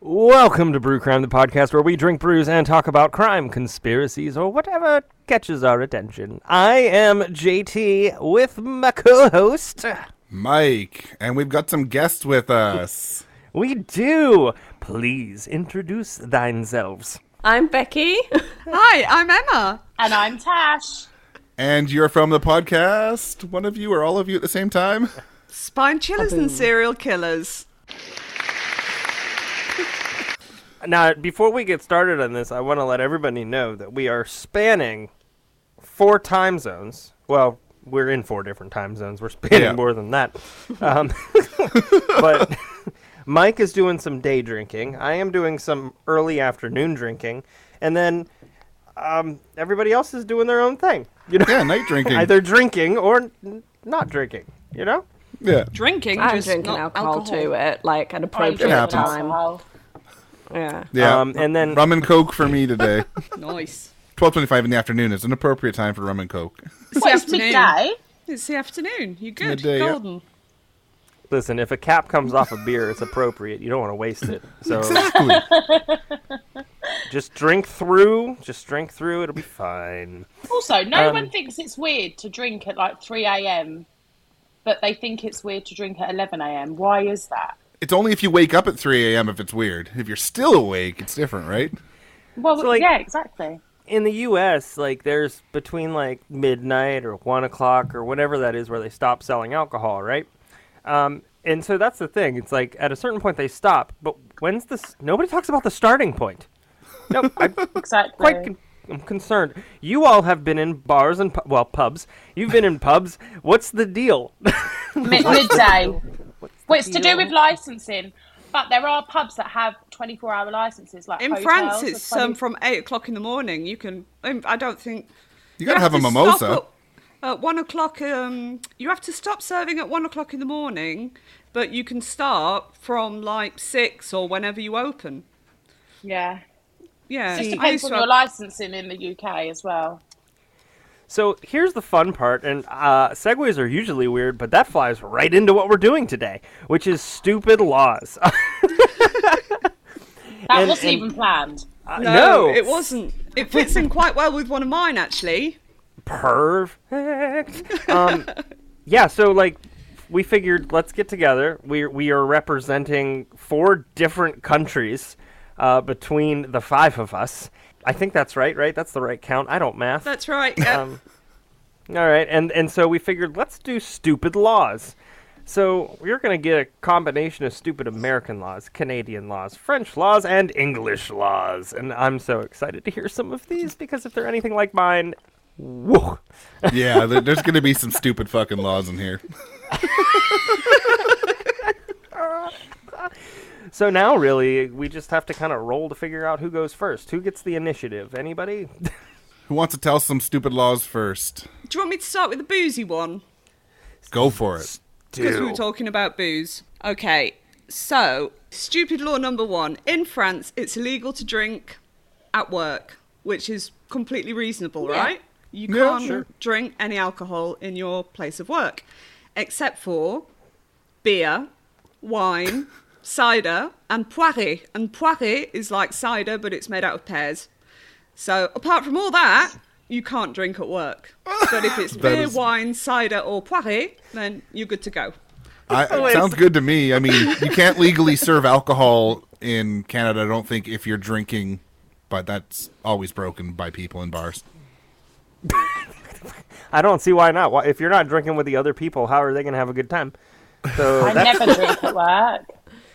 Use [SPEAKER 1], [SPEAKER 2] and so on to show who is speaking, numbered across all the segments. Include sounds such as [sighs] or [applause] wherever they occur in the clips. [SPEAKER 1] Welcome to Brew Crime, the podcast where we drink brews and talk about crime, conspiracies, or whatever catches our attention. I am JT with my co host.
[SPEAKER 2] Mike, and we've got some guests with us.
[SPEAKER 1] We do. Please introduce thyselves.
[SPEAKER 3] I'm Becky.
[SPEAKER 4] Hi, I'm Emma.
[SPEAKER 5] And I'm Tash.
[SPEAKER 2] and you're from the podcast, one of you or all of you at the same time?
[SPEAKER 4] Spine chillers and serial killers.
[SPEAKER 1] Now, before we get started on this, I want to let everybody know that we are spanning four time zones. Well, we're in four different time zones. We're spanning
[SPEAKER 2] Yeah.
[SPEAKER 1] more
[SPEAKER 2] [laughs]
[SPEAKER 1] than that. Um, [laughs] but [laughs] Mike is doing some day drinking. I am doing some early afternoon drinking, and then um, everybody else is doing their own thing. [laughs] You know,
[SPEAKER 2] Yeah, night
[SPEAKER 1] [laughs]
[SPEAKER 2] drinking.
[SPEAKER 1] either drinking or n- not drinking. You know,
[SPEAKER 2] Yeah.
[SPEAKER 4] Drinking.
[SPEAKER 3] I'm
[SPEAKER 4] just
[SPEAKER 3] drinking
[SPEAKER 4] not
[SPEAKER 3] alcohol, too
[SPEAKER 5] [laughs]
[SPEAKER 3] at like an appropriate
[SPEAKER 2] It happens.
[SPEAKER 3] time. Yeah.
[SPEAKER 2] Yeah.
[SPEAKER 1] Um, and then
[SPEAKER 2] rum and coke for me today.
[SPEAKER 1] [laughs]
[SPEAKER 4] Nice.
[SPEAKER 2] 12:25 in the afternoon is an appropriate time for rum and coke. [laughs]
[SPEAKER 4] It's the
[SPEAKER 5] What is
[SPEAKER 4] afternoon.
[SPEAKER 5] midday?
[SPEAKER 4] It's the afternoon. You're good.
[SPEAKER 2] Midday, yeah.
[SPEAKER 4] Golden.
[SPEAKER 1] listen, if a cap comes off a beer, it's appropriate. You don't want to waste it. So.
[SPEAKER 2] Exactly.
[SPEAKER 1] Just drink through. Just drink through. It'll be fine.
[SPEAKER 5] Also, no
[SPEAKER 1] Um,
[SPEAKER 5] one thinks it's weird to drink at like 3 a.m., but they think it's weird to drink at 11 a.m. Why is that?
[SPEAKER 2] it's only if you wake up at 3 a.m. if it's weird. If you're still awake, it's different, right?
[SPEAKER 5] Well,
[SPEAKER 1] So, like-
[SPEAKER 5] yeah, exactly.
[SPEAKER 1] In the U.S., like there's between like midnight or one o'clock or whatever that is where they stop selling alcohol, right? Um, and so that's the thing. It's like at a certain point they stop, but when's this? Nobody talks about the starting point. No, I'm
[SPEAKER 5] Exactly.
[SPEAKER 1] quite. Con- I'm concerned. You all have been in bars and pu- well pubs. You've been in pubs. What's the deal? [laughs]
[SPEAKER 5] Mid- midday. Well, it's to
[SPEAKER 1] deal?
[SPEAKER 5] do with licensing, but there are pubs that have 24 hour licenses. Like
[SPEAKER 4] In
[SPEAKER 5] hotels
[SPEAKER 4] France,
[SPEAKER 5] are
[SPEAKER 4] it's
[SPEAKER 5] 20
[SPEAKER 4] um, from eight o'clock in the morning. You can. um, I don't think.
[SPEAKER 2] You gotta have, a
[SPEAKER 4] to
[SPEAKER 2] mimosa.
[SPEAKER 4] stop At, at one o'clock. Um, you have to stop serving at one o'clock in the morning, but you can start from like six or whenever you open.
[SPEAKER 5] Yeah.
[SPEAKER 4] Yeah.
[SPEAKER 5] It just
[SPEAKER 4] Mm, I used
[SPEAKER 5] depends
[SPEAKER 4] to
[SPEAKER 5] on
[SPEAKER 4] have-
[SPEAKER 5] your licensing in the UK as well.
[SPEAKER 1] So here's the fun part, and uh, segues are usually weird, but that flies right into what we're doing today, which is stupid laws. [laughs]
[SPEAKER 5] That
[SPEAKER 1] And-
[SPEAKER 5] wasn't
[SPEAKER 1] and-
[SPEAKER 5] even planned.
[SPEAKER 1] Uh,
[SPEAKER 4] no, it wasn't. It fits in quite well with one of mine actually.
[SPEAKER 1] perfect. Um, yeah, so like we figured, let's get together. We we are representing four different countries uh, between the five of us. I think that's right, right? That's the right count. I don't math.
[SPEAKER 4] That's
[SPEAKER 5] [laughs]
[SPEAKER 4] right. Yeah.
[SPEAKER 1] Um, all right, and and so we figured let's do stupid laws. So we're gonna get a combination of stupid American laws, Canadian laws, French laws, and English laws, and I'm so excited to hear some of these because if they're anything like mine, whoa.
[SPEAKER 2] yeah, there- there's gonna be some stupid fucking laws in here.
[SPEAKER 1] So now really we just have to kind of roll to figure out who goes first, who gets the initiative. Anybody? [laughs]
[SPEAKER 2] Who wants to tell some stupid laws first?
[SPEAKER 4] Do you want me to start with the boozy one?
[SPEAKER 2] Go for it.
[SPEAKER 4] Because we were talking about booze. Okay, so stupid law number one. In France, it's illegal to drink at work, which is completely reasonable, right? You
[SPEAKER 2] Yeah,
[SPEAKER 4] can't
[SPEAKER 2] sure.
[SPEAKER 4] drink any alcohol in your place of work, except for beer, wine, cider, and poire. And poire is like cider, but it's made out of pears. So apart from all that, you can't drink at work. But if
[SPEAKER 2] [laughs]
[SPEAKER 4] it's beer,
[SPEAKER 2] is-
[SPEAKER 4] wine, cider, or poire, then you're good to go.
[SPEAKER 2] I, it sounds good to me. I mean, you can't legally serve alcohol in Canada, I don't think, if you're drinking, but that's always broken by people in bars.
[SPEAKER 1] I don't see why not. Why, if you're not drinking with the other people, how are they gonna have a good time? So
[SPEAKER 5] I
[SPEAKER 1] that,
[SPEAKER 5] never drink at work.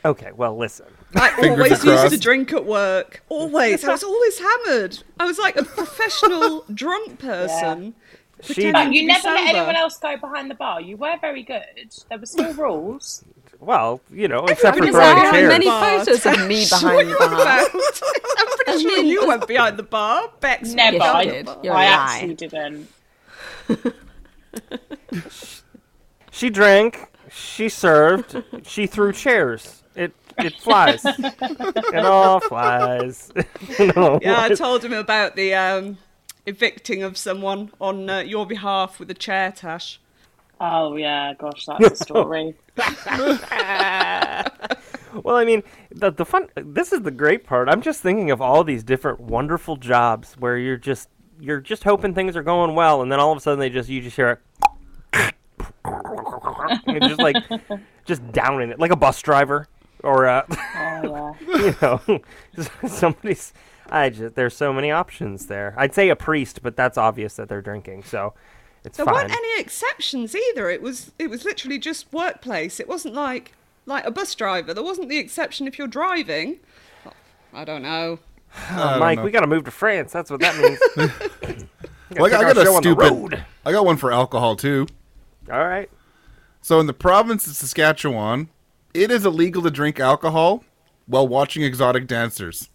[SPEAKER 1] okay, well listen.
[SPEAKER 4] I always used to
[SPEAKER 2] crossed.
[SPEAKER 4] drink at work. Always. I was always hammered. I was like
[SPEAKER 2] [laughs]
[SPEAKER 4] a professional drunk person.
[SPEAKER 1] She
[SPEAKER 4] Pretending-
[SPEAKER 5] But you
[SPEAKER 4] Be
[SPEAKER 5] never let
[SPEAKER 4] sober.
[SPEAKER 5] anyone else go behind the bar. You were very good. There were still rules.
[SPEAKER 1] Well, you know, except for
[SPEAKER 4] Everybody's
[SPEAKER 1] throwing
[SPEAKER 4] like,
[SPEAKER 3] There
[SPEAKER 4] "How
[SPEAKER 3] are
[SPEAKER 1] chairs.
[SPEAKER 3] many
[SPEAKER 4] Bar
[SPEAKER 3] photos of me
[SPEAKER 4] [laughs]
[SPEAKER 3] behind the bar.
[SPEAKER 4] I'm pretty sure
[SPEAKER 3] then-
[SPEAKER 4] you went behind the bar. Bex
[SPEAKER 5] Never.
[SPEAKER 3] Yes, you
[SPEAKER 5] I,
[SPEAKER 3] did. You're
[SPEAKER 5] I
[SPEAKER 3] a lie.
[SPEAKER 5] actually didn't.
[SPEAKER 1] She drank. She served. she threw chairs. It it flies. it all flies. [laughs] It all
[SPEAKER 4] Yeah, I
[SPEAKER 1] flies.
[SPEAKER 4] told him about the um, evicting of someone on uh, your behalf with a chair, Tash.
[SPEAKER 5] Oh yeah, gosh, that's a story.
[SPEAKER 1] Well, I mean, the the fun. This is the great part. I'm just thinking of all these different wonderful jobs where you're just you're just hoping things are going well, and then all of a sudden they just you just hear it. [laughs] and just like just downing it like a bus driver or uh, [laughs]
[SPEAKER 5] Oh, yeah.
[SPEAKER 1] you know [laughs] somebody's i just there's so many options there i'd say a priest but that's obvious that they're drinking so it's
[SPEAKER 4] There
[SPEAKER 1] fine
[SPEAKER 4] weren't any exceptions either. It was it was literally just workplace. It wasn't like like a bus driver. There wasn't the exception if you're driving. I don't know.
[SPEAKER 2] I don't
[SPEAKER 1] mike
[SPEAKER 2] know.
[SPEAKER 1] we gotta move to france that's what that means
[SPEAKER 2] [laughs] Well, I got, I
[SPEAKER 1] take our
[SPEAKER 2] got
[SPEAKER 1] show
[SPEAKER 2] a
[SPEAKER 1] on the
[SPEAKER 2] stupid.
[SPEAKER 1] road.
[SPEAKER 2] I got one for alcohol too.
[SPEAKER 1] all right
[SPEAKER 2] So in the province of Saskatchewan, it is illegal to drink alcohol while watching exotic dancers.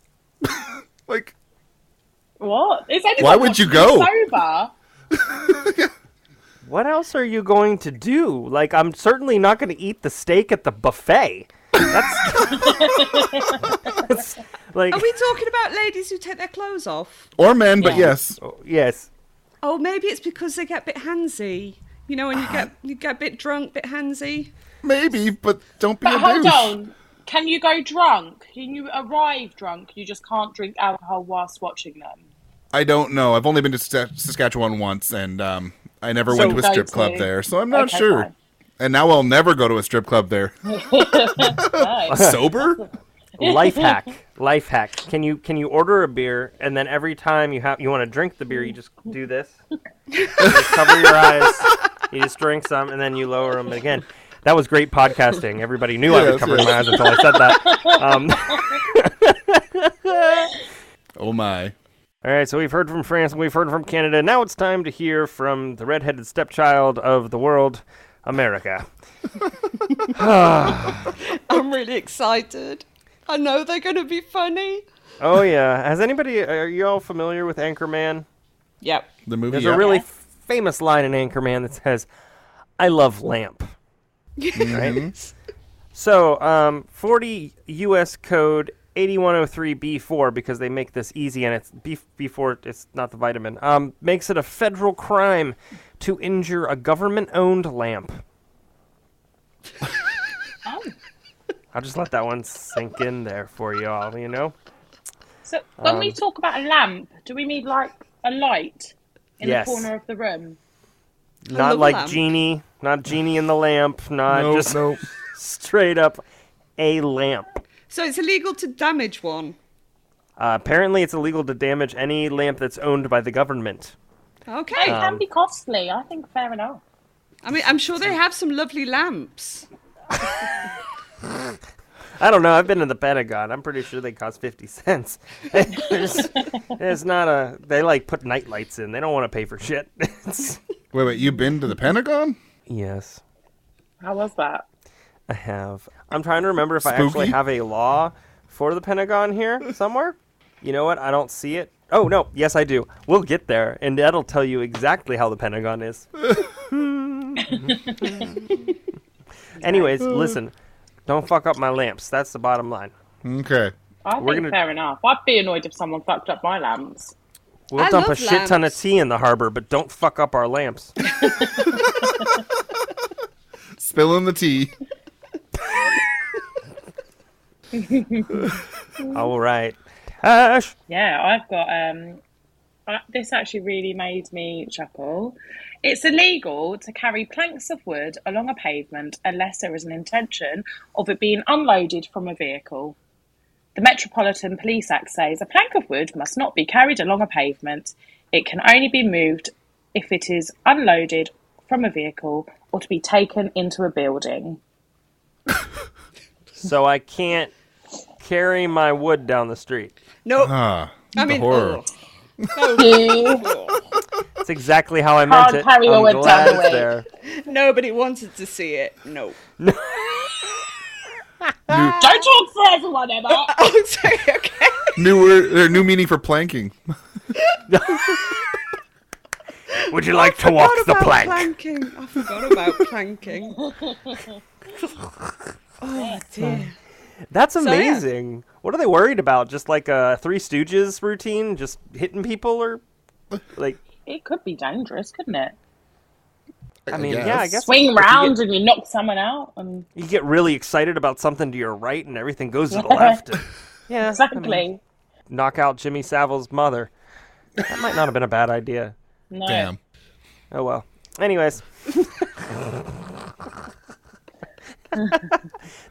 [SPEAKER 2] [laughs] like,
[SPEAKER 5] What? Is anyone
[SPEAKER 2] Why would you
[SPEAKER 5] watching
[SPEAKER 2] go?
[SPEAKER 5] this Sober?
[SPEAKER 1] what else are you going to do like i'm certainly not going to eat the steak at the buffet that's, [laughs] that's like
[SPEAKER 4] Are we talking about ladies who take their clothes off?
[SPEAKER 2] or men, but
[SPEAKER 5] Yeah.
[SPEAKER 2] yes.
[SPEAKER 1] oh, yes
[SPEAKER 4] Oh, maybe it's because they get a bit handsy. You know, when you get you get a bit drunk, bit handsy.
[SPEAKER 2] Maybe, but don't be
[SPEAKER 5] But
[SPEAKER 2] a
[SPEAKER 5] hold
[SPEAKER 2] douche.
[SPEAKER 5] on. Can you go drunk? Can you arrive drunk? You just can't drink alcohol whilst watching them.
[SPEAKER 2] I don't know. I've only been to Sa- Saskatchewan once, and um, I never
[SPEAKER 1] So-
[SPEAKER 2] went to a
[SPEAKER 5] Go
[SPEAKER 2] strip
[SPEAKER 5] to.
[SPEAKER 2] club there, so I'm not
[SPEAKER 5] Okay,
[SPEAKER 2] sure.
[SPEAKER 5] fine.
[SPEAKER 2] And now I'll never go to a strip club there.
[SPEAKER 5] [laughs] No.
[SPEAKER 1] [laughs]
[SPEAKER 2] Sober?
[SPEAKER 1] life hack life hack can you can you order a beer and then every time you have you want to drink the beer you just do this you just cover your eyes you just drink some and then you lower them again that was great podcasting everybody knew i was
[SPEAKER 2] Yes,
[SPEAKER 1] covering
[SPEAKER 2] yes.
[SPEAKER 1] my eyes until i said that um,
[SPEAKER 2] Oh my!
[SPEAKER 1] all right so we've heard from france and we've heard from canada now it's time to hear from the redheaded stepchild of the world america
[SPEAKER 4] I'm really excited. I know they're going to be funny.
[SPEAKER 1] oh yeah has anybody are you all familiar with anchorman
[SPEAKER 3] Yep.
[SPEAKER 2] The movie.
[SPEAKER 1] There's
[SPEAKER 2] yeah.
[SPEAKER 1] a really f- famous line in Anchorman that says, "I love lamp."
[SPEAKER 2] Mm-hmm.
[SPEAKER 1] right. So, um, 40 U.S. Code 8103B4 because they make this easy, and it's B- B4. It's not the vitamin. Um, makes it a federal crime to injure a government-owned
[SPEAKER 4] [laughs]
[SPEAKER 1] lamp.
[SPEAKER 5] Oh.
[SPEAKER 1] I'll just let that one sink in there for you all. You know.
[SPEAKER 5] So when we talk about a lamp, do we mean like a light in
[SPEAKER 1] Yes.
[SPEAKER 5] the corner of the room?
[SPEAKER 1] Not
[SPEAKER 4] love
[SPEAKER 1] like
[SPEAKER 4] lamp.
[SPEAKER 1] genie, not genie in the lamp, not
[SPEAKER 2] Nope,
[SPEAKER 1] just
[SPEAKER 2] nope.
[SPEAKER 1] straight up a lamp.
[SPEAKER 4] So it's illegal to damage one.
[SPEAKER 1] Uh, apparently, it's illegal to damage any lamp that's owned by the government.
[SPEAKER 4] Okay.
[SPEAKER 5] It can be costly. I think fair enough.
[SPEAKER 4] I mean, I'm sure they have some lovely lamps.
[SPEAKER 1] I don't know. I've been in the Pentagon. I'm pretty sure they cost fifty cents. [laughs] There's- it's not a. They like put night lights in. They don't want to pay for shit. [laughs] It's-
[SPEAKER 2] Wait, wait. You've been to the Pentagon?
[SPEAKER 1] yes,
[SPEAKER 5] How was that?
[SPEAKER 1] I have. I'm trying to remember if I actually
[SPEAKER 2] Spooky?
[SPEAKER 1] have a law for the Pentagon here somewhere. You know what? I don't see it. Oh no. Yes, I do. We'll get there, and that'll tell you exactly how the Pentagon is. Anyways, listen. Don't fuck up my lamps. That's the bottom line.
[SPEAKER 2] Okay.
[SPEAKER 5] I
[SPEAKER 1] We're
[SPEAKER 5] think
[SPEAKER 1] gonna-
[SPEAKER 5] fair enough. I'd be annoyed if someone fucked up my lamps.
[SPEAKER 1] We'll
[SPEAKER 4] I
[SPEAKER 1] dump a
[SPEAKER 4] love
[SPEAKER 1] shit ton of
[SPEAKER 4] lamps.
[SPEAKER 1] tea in the harbor, but don't fuck up our lamps.
[SPEAKER 4] [laughs]
[SPEAKER 2] Spilling the tea.
[SPEAKER 1] All right. Ash.
[SPEAKER 5] Yeah, I've got um. uh, This actually really made me chuckle. It's illegal to carry planks of wood along a pavement unless there is an intention of it being unloaded from a vehicle. The Metropolitan Police Act says a plank of wood must not be carried along a pavement. It can only be moved if it is unloaded from a vehicle or to be taken into a building.
[SPEAKER 1] So I can't carry my wood down the street.
[SPEAKER 4] No,
[SPEAKER 1] Uh-huh.
[SPEAKER 2] Ah,
[SPEAKER 4] I mean,
[SPEAKER 2] horror.
[SPEAKER 4] oh.
[SPEAKER 1] That's exactly how I meant
[SPEAKER 5] Can't
[SPEAKER 1] it.
[SPEAKER 5] carry your
[SPEAKER 1] I'm
[SPEAKER 5] wood down
[SPEAKER 1] glad
[SPEAKER 5] the
[SPEAKER 1] it's
[SPEAKER 5] way.
[SPEAKER 1] there.
[SPEAKER 4] nobody wanted to see it. No.
[SPEAKER 5] Don't talk for everyone, Emma.
[SPEAKER 4] [laughs]
[SPEAKER 5] [laughs]
[SPEAKER 4] Oh, sorry. Okay.
[SPEAKER 2] new word. Or new meaning for planking.
[SPEAKER 1] Would you like to walk
[SPEAKER 4] What
[SPEAKER 1] the
[SPEAKER 4] about
[SPEAKER 1] plank?
[SPEAKER 4] planking? I
[SPEAKER 1] [laughs]
[SPEAKER 4] forgot about planking. Oh dear.
[SPEAKER 1] That's
[SPEAKER 4] yeah.
[SPEAKER 1] amazing. What are they worried about? Just like a Three Stooges routine, just hitting people or like
[SPEAKER 5] It could be dangerous, couldn't it?
[SPEAKER 1] I mean, yeah, I guess
[SPEAKER 5] Swing round and you knock someone out. And
[SPEAKER 1] you get really excited about something to your right and everything goes
[SPEAKER 4] [laughs]
[SPEAKER 1] to the left. and- yeah, I mean,
[SPEAKER 5] exactly.
[SPEAKER 1] knock out Jimmy Savile's mother. That might not have been a bad idea.
[SPEAKER 5] no.
[SPEAKER 2] Damn.
[SPEAKER 1] Oh well.
[SPEAKER 4] [laughs]
[SPEAKER 1] Anyways.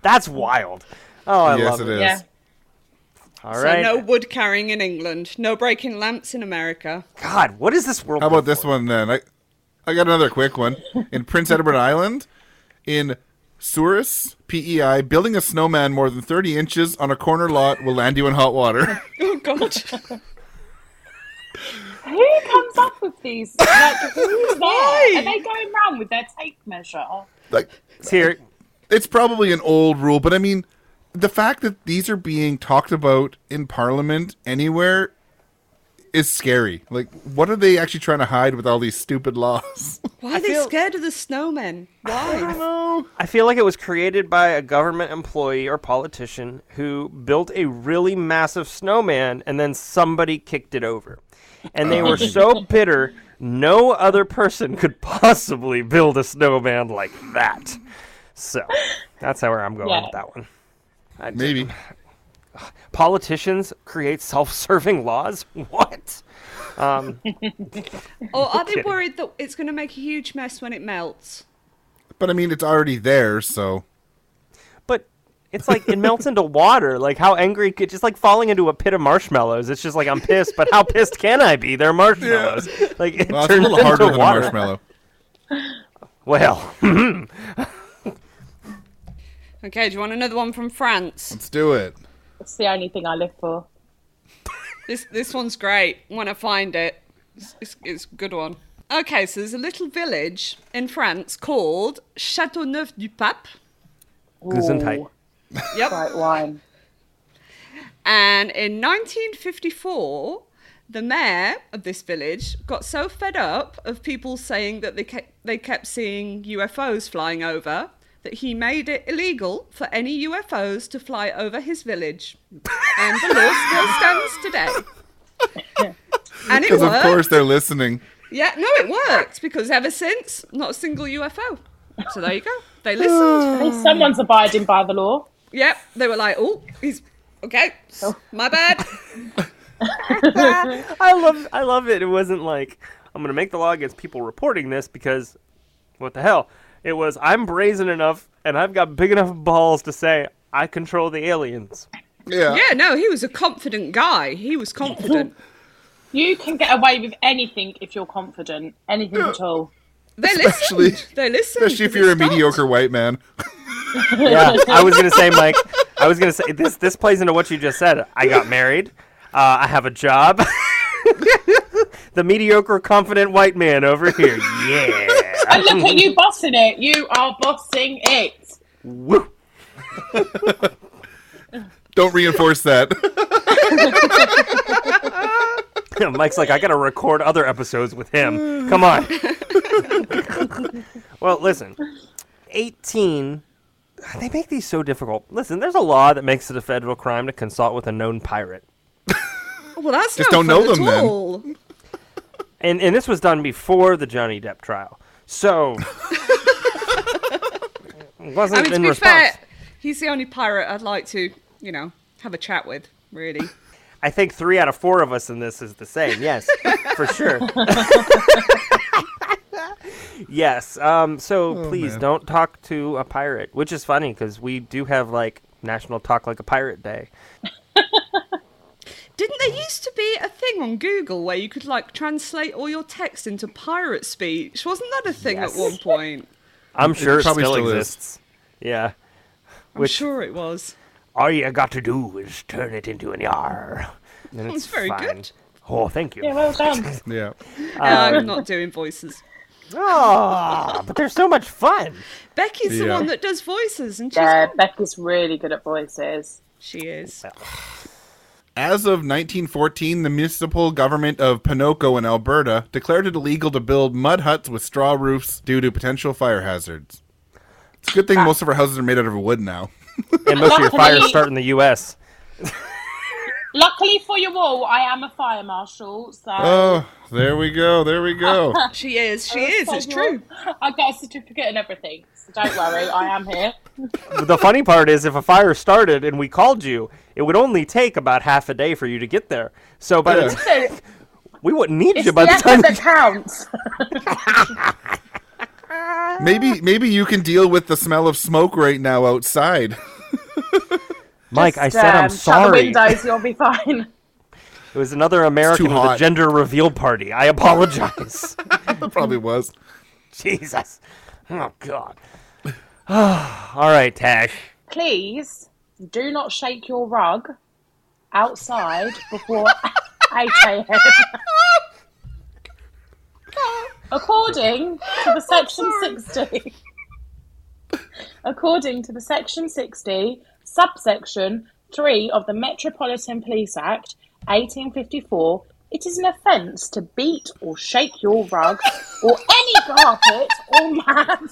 [SPEAKER 1] That's wild. Oh, I
[SPEAKER 2] yes,
[SPEAKER 1] love
[SPEAKER 2] it
[SPEAKER 1] it.
[SPEAKER 2] is.
[SPEAKER 5] Yeah.
[SPEAKER 1] All
[SPEAKER 4] So
[SPEAKER 1] right.
[SPEAKER 4] no wood carrying in England, no breaking lamps in America. [laughs]
[SPEAKER 1] God, what is this world?
[SPEAKER 2] How about
[SPEAKER 1] before?
[SPEAKER 2] this one then? I, I got another quick one. In Prince Edward Island, in Souris, PEI, building a snowman more than 30 inches on a corner lot will land you in hot water.
[SPEAKER 1] [laughs]
[SPEAKER 4] Oh God!
[SPEAKER 5] Who comes up with these? Like, [laughs] who's there? Are they going round with their tape measure? Oh,
[SPEAKER 2] like,
[SPEAKER 1] It's here.
[SPEAKER 2] it's probably an old rule, but I mean, the fact that these are being talked about in Parliament anywhere is scary. Like, what are they actually trying to hide with all these stupid laws?
[SPEAKER 4] Why are they
[SPEAKER 1] feel-
[SPEAKER 4] scared of the snowmen? Why?
[SPEAKER 2] oh,
[SPEAKER 1] I feel like it was created by a government employee or politician who built a really massive snowman and then somebody kicked it over. And they were so bitter, no other person could possibly build a snowman like that. So that's how I'm going
[SPEAKER 5] Yeah.
[SPEAKER 1] with that one.
[SPEAKER 2] [laughs] maybe.
[SPEAKER 1] Politicians create self serving laws? [laughs] What?
[SPEAKER 4] Or are they
[SPEAKER 1] Kidding.
[SPEAKER 4] worried that it's going to make a huge mess when it melts?
[SPEAKER 2] But I mean, it's already there, so
[SPEAKER 1] But it's like it melts into water. Like how angry could just like falling into a pit of marshmallows. It's just like I'm pissed, but how pissed can I be? They're marshmallows. Like it
[SPEAKER 2] well, uh, it's a
[SPEAKER 1] turns
[SPEAKER 2] little harder
[SPEAKER 1] into
[SPEAKER 2] than a
[SPEAKER 1] water.
[SPEAKER 2] marshmallow.
[SPEAKER 1] well,
[SPEAKER 4] Okay, do you want another one from France?
[SPEAKER 2] Let's do
[SPEAKER 1] [laughs]
[SPEAKER 2] it.
[SPEAKER 5] It's the only thing I live for.
[SPEAKER 4] This this one's great. When I find it, it's, it's, it's a good one. Okay, so there's a little village in France called Châteauneuf du Pape,
[SPEAKER 1] Gesundheit.
[SPEAKER 5] Ooh,
[SPEAKER 4] Yep.
[SPEAKER 5] White wine.
[SPEAKER 4] And in 1954, the mayor of this village got so fed up of people saying that they kept, they kept seeing UFOs flying over that he made it illegal for any UFOs to fly over his village. And the law still stands today.
[SPEAKER 2] [laughs]
[SPEAKER 4] And it
[SPEAKER 2] Because,
[SPEAKER 4] worked.
[SPEAKER 2] of course, they're listening.
[SPEAKER 4] Yeah, no, it worked because ever since, not a single UFO. So there you go. They
[SPEAKER 2] [sighs]
[SPEAKER 4] listened.
[SPEAKER 5] At least someone's abiding by the law.
[SPEAKER 4] Yep, they were like, oh, he's okay.
[SPEAKER 2] Oh. [laughs]
[SPEAKER 4] My bad.
[SPEAKER 1] I love I love it. It wasn't like I'm gonna make the law against people reporting this because what the hell? It was I'm brazen enough and I've got big enough balls to say I control the aliens.
[SPEAKER 2] Yeah.
[SPEAKER 4] Yeah, no, he was a confident guy.
[SPEAKER 2] [laughs]
[SPEAKER 4] He was confident.
[SPEAKER 5] You can get away with anything if you're confident. Anything at all.
[SPEAKER 4] They
[SPEAKER 2] Especially-
[SPEAKER 4] listened. They listened.
[SPEAKER 2] Especially if
[SPEAKER 4] They
[SPEAKER 2] you're a
[SPEAKER 4] stopped.
[SPEAKER 2] mediocre white man. [laughs]
[SPEAKER 1] yeah, I was gonna say, Mike. I was gonna say this. This plays into what you just said. I got married. Uh, I have a job. [laughs] the mediocre, confident white man over here. Yeah. [laughs]
[SPEAKER 5] And look at you bossing it. You are bossing it.
[SPEAKER 1] Woo.
[SPEAKER 2] Don't reinforce that.
[SPEAKER 1] Mike's like, I gotta record other episodes with him. Come on. [laughs] well, listen. 18. They make these so difficult. Listen, there's a law that makes it a federal crime to consult with a known pirate.
[SPEAKER 4] Well, that's
[SPEAKER 2] Just
[SPEAKER 4] no
[SPEAKER 2] don't know
[SPEAKER 4] fun at
[SPEAKER 2] them then.
[SPEAKER 4] all.
[SPEAKER 1] and and this was done before the Johnny Depp trial.
[SPEAKER 4] [laughs]
[SPEAKER 1] So it wasn't
[SPEAKER 4] I mean, to
[SPEAKER 1] in
[SPEAKER 4] be
[SPEAKER 1] response.
[SPEAKER 4] fair, he's the only pirate I'd like to, you know, have a chat with.
[SPEAKER 2] [laughs]
[SPEAKER 4] Really,
[SPEAKER 1] I think three out of four of us in this is the same.
[SPEAKER 4] [laughs]
[SPEAKER 1] Yes, for sure. [laughs] yes. Um, so please
[SPEAKER 2] man.
[SPEAKER 1] don't talk to a pirate, which is funny because we do have like National Talk Like a Pirate Day.
[SPEAKER 4] didn't there used to be a thing on Google where you could like translate all your text into pirate speech? Wasn't that a thing
[SPEAKER 1] Yes.
[SPEAKER 4] at one point?
[SPEAKER 1] I'm sure it
[SPEAKER 2] probably
[SPEAKER 1] still,
[SPEAKER 2] still is.
[SPEAKER 1] exists. Yeah.
[SPEAKER 4] I'm
[SPEAKER 1] Which-
[SPEAKER 4] sure it was.
[SPEAKER 1] All you got to do is turn it into an E R. And it's
[SPEAKER 4] That's very
[SPEAKER 1] fine.
[SPEAKER 4] good.
[SPEAKER 1] Oh, thank you.
[SPEAKER 5] Yeah, well done.
[SPEAKER 2] Yeah.
[SPEAKER 4] No, I'm not doing voices.
[SPEAKER 1] Ah, but they're so much fun.
[SPEAKER 4] Becky's the
[SPEAKER 2] Yeah.
[SPEAKER 4] one that does voices, and she's
[SPEAKER 5] Yeah,
[SPEAKER 4] not-
[SPEAKER 5] Becky's really good at voices.
[SPEAKER 4] she is.
[SPEAKER 2] As of 1914, the municipal government of Pinoco in Alberta declared it illegal to build mud huts with straw roofs due to potential fire hazards. It's a good thing most of our houses are made out of wood now.
[SPEAKER 1] And most of your fires
[SPEAKER 5] Luckily-
[SPEAKER 1] start in the U.S.
[SPEAKER 5] Luckily for you all, I am a fire marshal, so
[SPEAKER 2] Oh, there we go. There we go.
[SPEAKER 4] She is. She
[SPEAKER 5] I
[SPEAKER 4] is.
[SPEAKER 5] was
[SPEAKER 4] It's
[SPEAKER 5] told
[SPEAKER 4] true.
[SPEAKER 5] you all- I got a certificate and everything, so don't worry, I am here.
[SPEAKER 1] the funny part is, if a fire started and we called you, it would only take about half a day for you to get there. So by the
[SPEAKER 2] Yeah.
[SPEAKER 1] time
[SPEAKER 5] [laughs] So
[SPEAKER 1] we wouldn't need you
[SPEAKER 5] it's the
[SPEAKER 1] by the time.
[SPEAKER 5] effort that counts.
[SPEAKER 2] Maybe maybe you can deal with the smell of smoke right now outside.
[SPEAKER 1] [laughs]
[SPEAKER 2] [laughs]
[SPEAKER 1] Mike, I said I'm
[SPEAKER 5] Um, Shut
[SPEAKER 1] sorry.
[SPEAKER 5] the windows, you'll be fine.
[SPEAKER 1] It was another American with a
[SPEAKER 2] hot.
[SPEAKER 1] gender reveal party. I apologize. [laughs]
[SPEAKER 2] That probably was.
[SPEAKER 1] Jesus. Oh God. [sighs] All right, Tash.
[SPEAKER 5] Please do not shake your rug outside before 8 a.m. According to the section 60, according to the section 60, subsection 3 of the Metropolitan Police Act 1854, it is an offence to beat or shake your rug or any carpet or mat.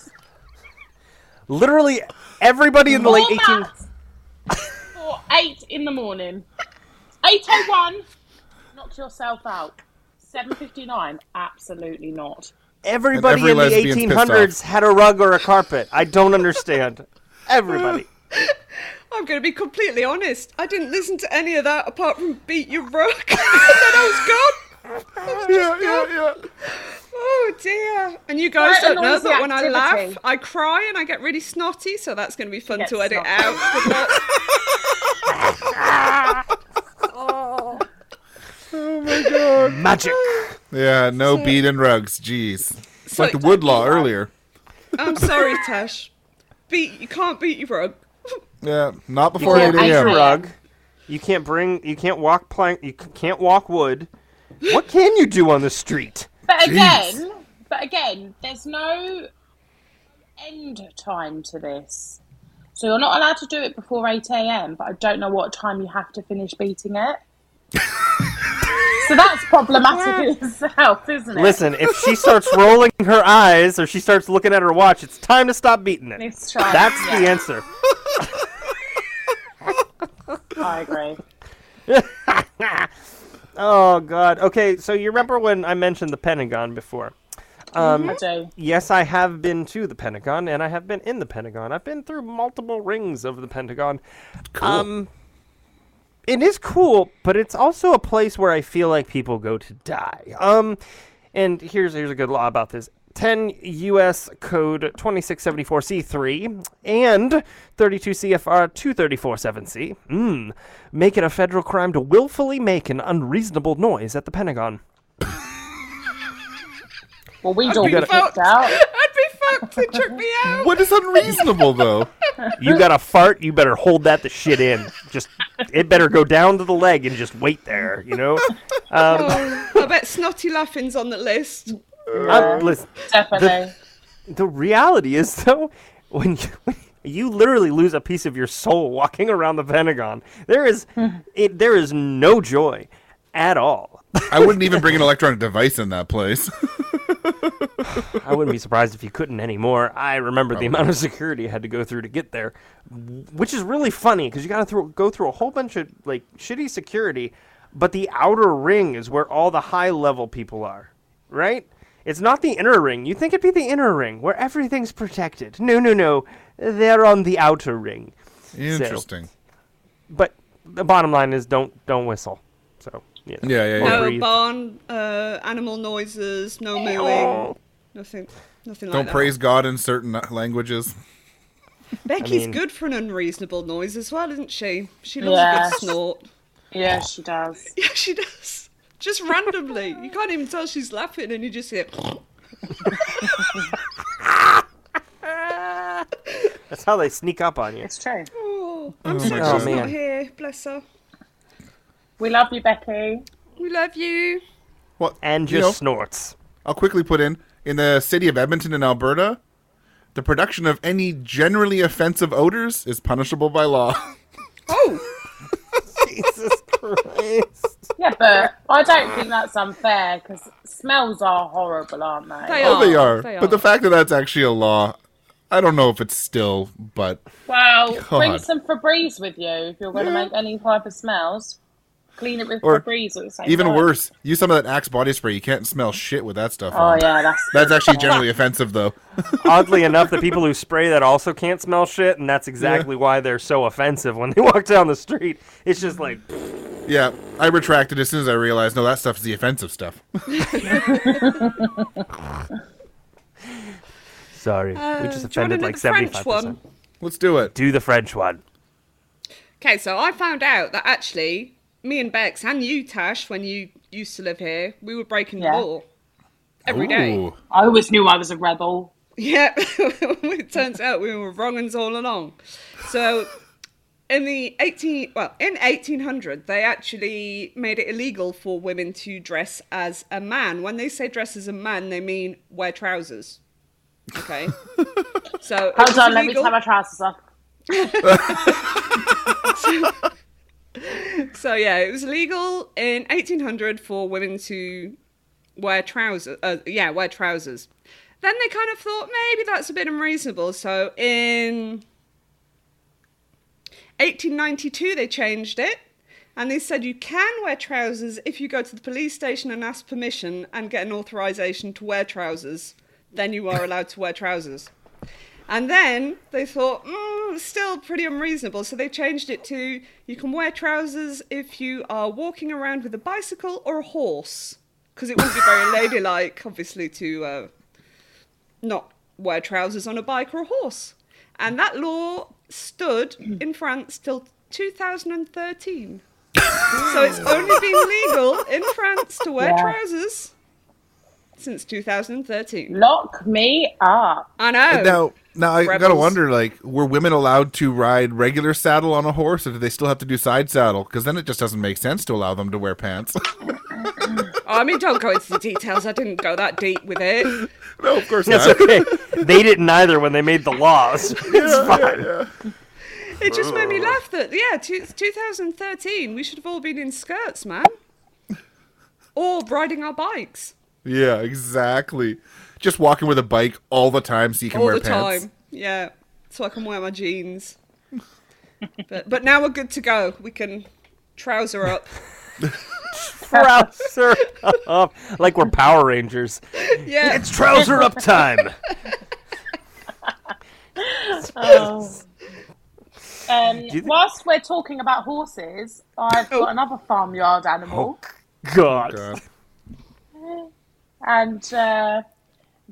[SPEAKER 1] Literally, everybody in the
[SPEAKER 5] Or
[SPEAKER 1] late 18.
[SPEAKER 5] mat for 8 in the morning. 8.01, knock yourself out. 7.59, absolutely not.
[SPEAKER 1] Everybody
[SPEAKER 2] And every
[SPEAKER 1] in
[SPEAKER 2] lesbian's
[SPEAKER 1] the
[SPEAKER 2] pissed
[SPEAKER 1] 1800s had a rug or a carpet. I don't understand.
[SPEAKER 2] [laughs]
[SPEAKER 1] Everybody.
[SPEAKER 4] I'm going to be completely honest. I didn't listen to any of that apart from beat your rug. and [laughs] then I was gone.
[SPEAKER 2] Yeah, yeah, yeah.
[SPEAKER 4] Oh dear. And you guys
[SPEAKER 5] Quite a
[SPEAKER 4] don't know
[SPEAKER 5] noisy
[SPEAKER 4] that when I laugh,
[SPEAKER 5] activity.
[SPEAKER 4] I cry and I get really snotty, so that's going to be fun
[SPEAKER 5] Get
[SPEAKER 4] to edit
[SPEAKER 5] snotty.
[SPEAKER 4] out. Good luck.
[SPEAKER 1] Magic.
[SPEAKER 2] Yeah, no bead and rugs. Jeez. It's like the woodlaw earlier.
[SPEAKER 4] I'm sorry, Tash. Beat you can't beat your rug.
[SPEAKER 2] Yeah, not before
[SPEAKER 1] You
[SPEAKER 2] eight
[SPEAKER 1] can't eat your
[SPEAKER 5] I-
[SPEAKER 2] a.m.
[SPEAKER 1] rug. You can't bring. You can't walk plank. You c- can't walk wood. What can you do on the street?
[SPEAKER 5] But
[SPEAKER 2] Jeez.
[SPEAKER 5] again, but again, there's no end time to this. So you're not allowed to do it before 8 a.m., but I don't know what time you have to finish beating it. so that's
[SPEAKER 1] [laughs]
[SPEAKER 5] problematic in itself, isn't it?
[SPEAKER 1] Listen, if
[SPEAKER 2] [laughs]
[SPEAKER 1] she starts rolling her eyes or she starts looking at her watch, it's time to stop beating it.
[SPEAKER 5] Let's try.
[SPEAKER 1] That's
[SPEAKER 5] yeah,
[SPEAKER 1] the answer.
[SPEAKER 5] I agree.
[SPEAKER 1] [laughs] Oh God. Okay, so you remember when I mentioned the Pentagon before?
[SPEAKER 5] I do.
[SPEAKER 1] Yes, I have been to the Pentagon, and I have been in the Pentagon. I've been through multiple rings of the Pentagon.
[SPEAKER 2] Cool.
[SPEAKER 1] Um, it is cool, but it's also a place where I feel like people go to die. Um, and here's here's a good law about this. 10 U.S. Code 2674C3 and 32 CFR 2347C mm, make it a federal crime to willfully make an unreasonable noise at the Pentagon.
[SPEAKER 5] Well, we'd all
[SPEAKER 4] be
[SPEAKER 5] get
[SPEAKER 4] fucked.
[SPEAKER 5] kicked
[SPEAKER 4] [laughs]
[SPEAKER 5] out.
[SPEAKER 4] I'd be fucked. It took me out.
[SPEAKER 2] What is unreasonable though?
[SPEAKER 1] You got a fart, you better hold that the shit in. Just it better go down to the leg and just wait there, you know?
[SPEAKER 4] Oh, I bet snotty laughing's on the list.
[SPEAKER 1] Um, listen,
[SPEAKER 5] Definitely.
[SPEAKER 1] the reality is [laughs] though, when you [laughs] you literally lose a piece of your soul walking around the Pentagon, there is it there is no joy at all.
[SPEAKER 2] [laughs]
[SPEAKER 1] [laughs]
[SPEAKER 2] I wouldn't even bring an electronic device in that [laughs] place.
[SPEAKER 1] I wouldn't be surprised if you couldn't anymore. I remember the amount of security I had to go through to get there, w- which is really funny because you got to go through a whole bunch of like shitty security, but the outer ring is where all the high level people are, right? It's not the inner ring. You think it'd be the inner ring where everything's protected. No, no, no. They're on the outer ring.
[SPEAKER 2] Interesting.
[SPEAKER 1] But the bottom line is don't don't whistle. So, you know,
[SPEAKER 2] Yeah, yeah,
[SPEAKER 1] or
[SPEAKER 2] yeah.
[SPEAKER 4] No
[SPEAKER 1] breathe.
[SPEAKER 4] barn, uh, animal noises, no mooing, nothing, nothing like
[SPEAKER 2] Don't
[SPEAKER 4] that.
[SPEAKER 2] praise God in certain languages.
[SPEAKER 4] Becky's
[SPEAKER 1] I mean-
[SPEAKER 4] good for an unreasonable noise as well, isn't she? She loves a
[SPEAKER 5] Yes.
[SPEAKER 4] good snort. [laughs]
[SPEAKER 5] Yeah, she does.
[SPEAKER 4] Yeah, she does. Just randomly. You can't even tell she's laughing and you just hear
[SPEAKER 1] That's how they sneak up on you.
[SPEAKER 5] It's true.
[SPEAKER 4] Oh, I'm so
[SPEAKER 1] God.
[SPEAKER 4] she's
[SPEAKER 1] Oh, man.
[SPEAKER 4] not here. Bless her.
[SPEAKER 5] We love you, Becky.
[SPEAKER 4] We love you.
[SPEAKER 2] Well,
[SPEAKER 1] And
[SPEAKER 2] you
[SPEAKER 1] just
[SPEAKER 2] know,
[SPEAKER 1] snorts.
[SPEAKER 2] I'll quickly put in in the city of Edmonton in Alberta, the production of any generally offensive odors is punishable by law. [laughs]
[SPEAKER 4] Oh, [laughs]
[SPEAKER 1] Jesus Christ.
[SPEAKER 5] Yeah, but I don't think that's unfair because smells are horrible, aren't they?
[SPEAKER 4] they
[SPEAKER 2] Oh,
[SPEAKER 4] are.
[SPEAKER 2] they are. but the fact that that's actually a law, I don't know if it's still, but
[SPEAKER 5] Well, bring
[SPEAKER 2] God.
[SPEAKER 5] some Febreze with you if you're going to make any type of smells. Clean it with
[SPEAKER 2] Or
[SPEAKER 5] Febreze at the same
[SPEAKER 2] Even
[SPEAKER 5] time.
[SPEAKER 2] worse, use some of that Axe body spray. You can't smell shit with that stuff.
[SPEAKER 5] Oh
[SPEAKER 2] on.
[SPEAKER 5] yeah, that's
[SPEAKER 2] That's actually generally offensive, though.
[SPEAKER 1] Oddly enough, the people who spray that also can't smell shit, and that's exactly why they're so offensive when they [laughs] walk down the street. It's just like,
[SPEAKER 2] Yeah, I retracted as soon as I realized no, that stuff's the offensive stuff. [laughs]
[SPEAKER 1] sorry, we
[SPEAKER 4] do you
[SPEAKER 1] just
[SPEAKER 4] wanna
[SPEAKER 1] offended like
[SPEAKER 4] do Uh, the French
[SPEAKER 1] seventy-five
[SPEAKER 4] one?
[SPEAKER 1] percent.
[SPEAKER 2] Let's do it.
[SPEAKER 1] Do the French [laughs] one.
[SPEAKER 4] Okay, so I found out that actually me and Bex and you, Tash, when you used to live here, we were breaking
[SPEAKER 5] Yeah.
[SPEAKER 4] the law every day.
[SPEAKER 2] Ooh.
[SPEAKER 5] I always knew I was a rebel.
[SPEAKER 4] Yeah, [laughs] it turns out we were wrong uns all along. So, in the eighteen well, in eighteen hundred, they actually made it illegal for women to dress as a man. When they say dress as a man, they mean wear trousers. Okay. so it was
[SPEAKER 5] Hold on, let me
[SPEAKER 4] illegal.
[SPEAKER 5] tie my trousers off.
[SPEAKER 4] So yeah, it was legal in 1800 for women to wear trousers. Uh, yeah, wear trousers. Then they kind of thought maybe that's a bit unreasonable. So in 1892 they changed it, and they said you can wear trousers if you go to the police station and ask permission and get an authorization to wear trousers. Then you are allowed to wear trousers. And then they thought, mm, still pretty unreasonable. So they changed it to you can wear trousers if you are walking around with a bicycle or a horse. Because it wouldn't be very ladylike, obviously, to uh, not wear trousers on a bike or a horse. And that law stood in France till 2013. so it's only been legal in France to wear
[SPEAKER 5] Yeah.
[SPEAKER 4] trousers since 2013.
[SPEAKER 5] Lock me up.
[SPEAKER 4] I know.
[SPEAKER 2] Now, now I gotta
[SPEAKER 4] Oh. Rebels.
[SPEAKER 2] wonder, like, were women allowed to ride regular saddle on a horse, or do they still have to do side saddle? Because then it just doesn't make sense to allow them to wear pants. [laughs]
[SPEAKER 4] Oh, I mean, don't go into the details. I didn't go that deep with it.
[SPEAKER 2] no, of course
[SPEAKER 1] That's
[SPEAKER 2] not.
[SPEAKER 1] okay. they didn't either when they made the [laughs] laws. It's fine.
[SPEAKER 4] It just made me
[SPEAKER 2] Oh.
[SPEAKER 4] laugh that, yeah, two, 2013, we should have all been in skirts, man. Or riding our bikes
[SPEAKER 2] Yeah, exactly. Just walking with a bike all the time, so you can
[SPEAKER 4] all
[SPEAKER 2] wear
[SPEAKER 4] the
[SPEAKER 2] pants.
[SPEAKER 4] time. Yeah, so I can wear my jeans. but, but now we're good to go. We can
[SPEAKER 2] [laughs]
[SPEAKER 4] trouser up.
[SPEAKER 1] Trouser up, like we're Power Rangers.
[SPEAKER 4] Yeah.
[SPEAKER 1] It's trouser up time. [laughs]
[SPEAKER 4] Oh.
[SPEAKER 5] Um,
[SPEAKER 1] you thi-
[SPEAKER 5] whilst we're talking about horses, I've
[SPEAKER 2] Oh.
[SPEAKER 5] got another farmyard animal,
[SPEAKER 1] God.
[SPEAKER 2] God.
[SPEAKER 5] and uh,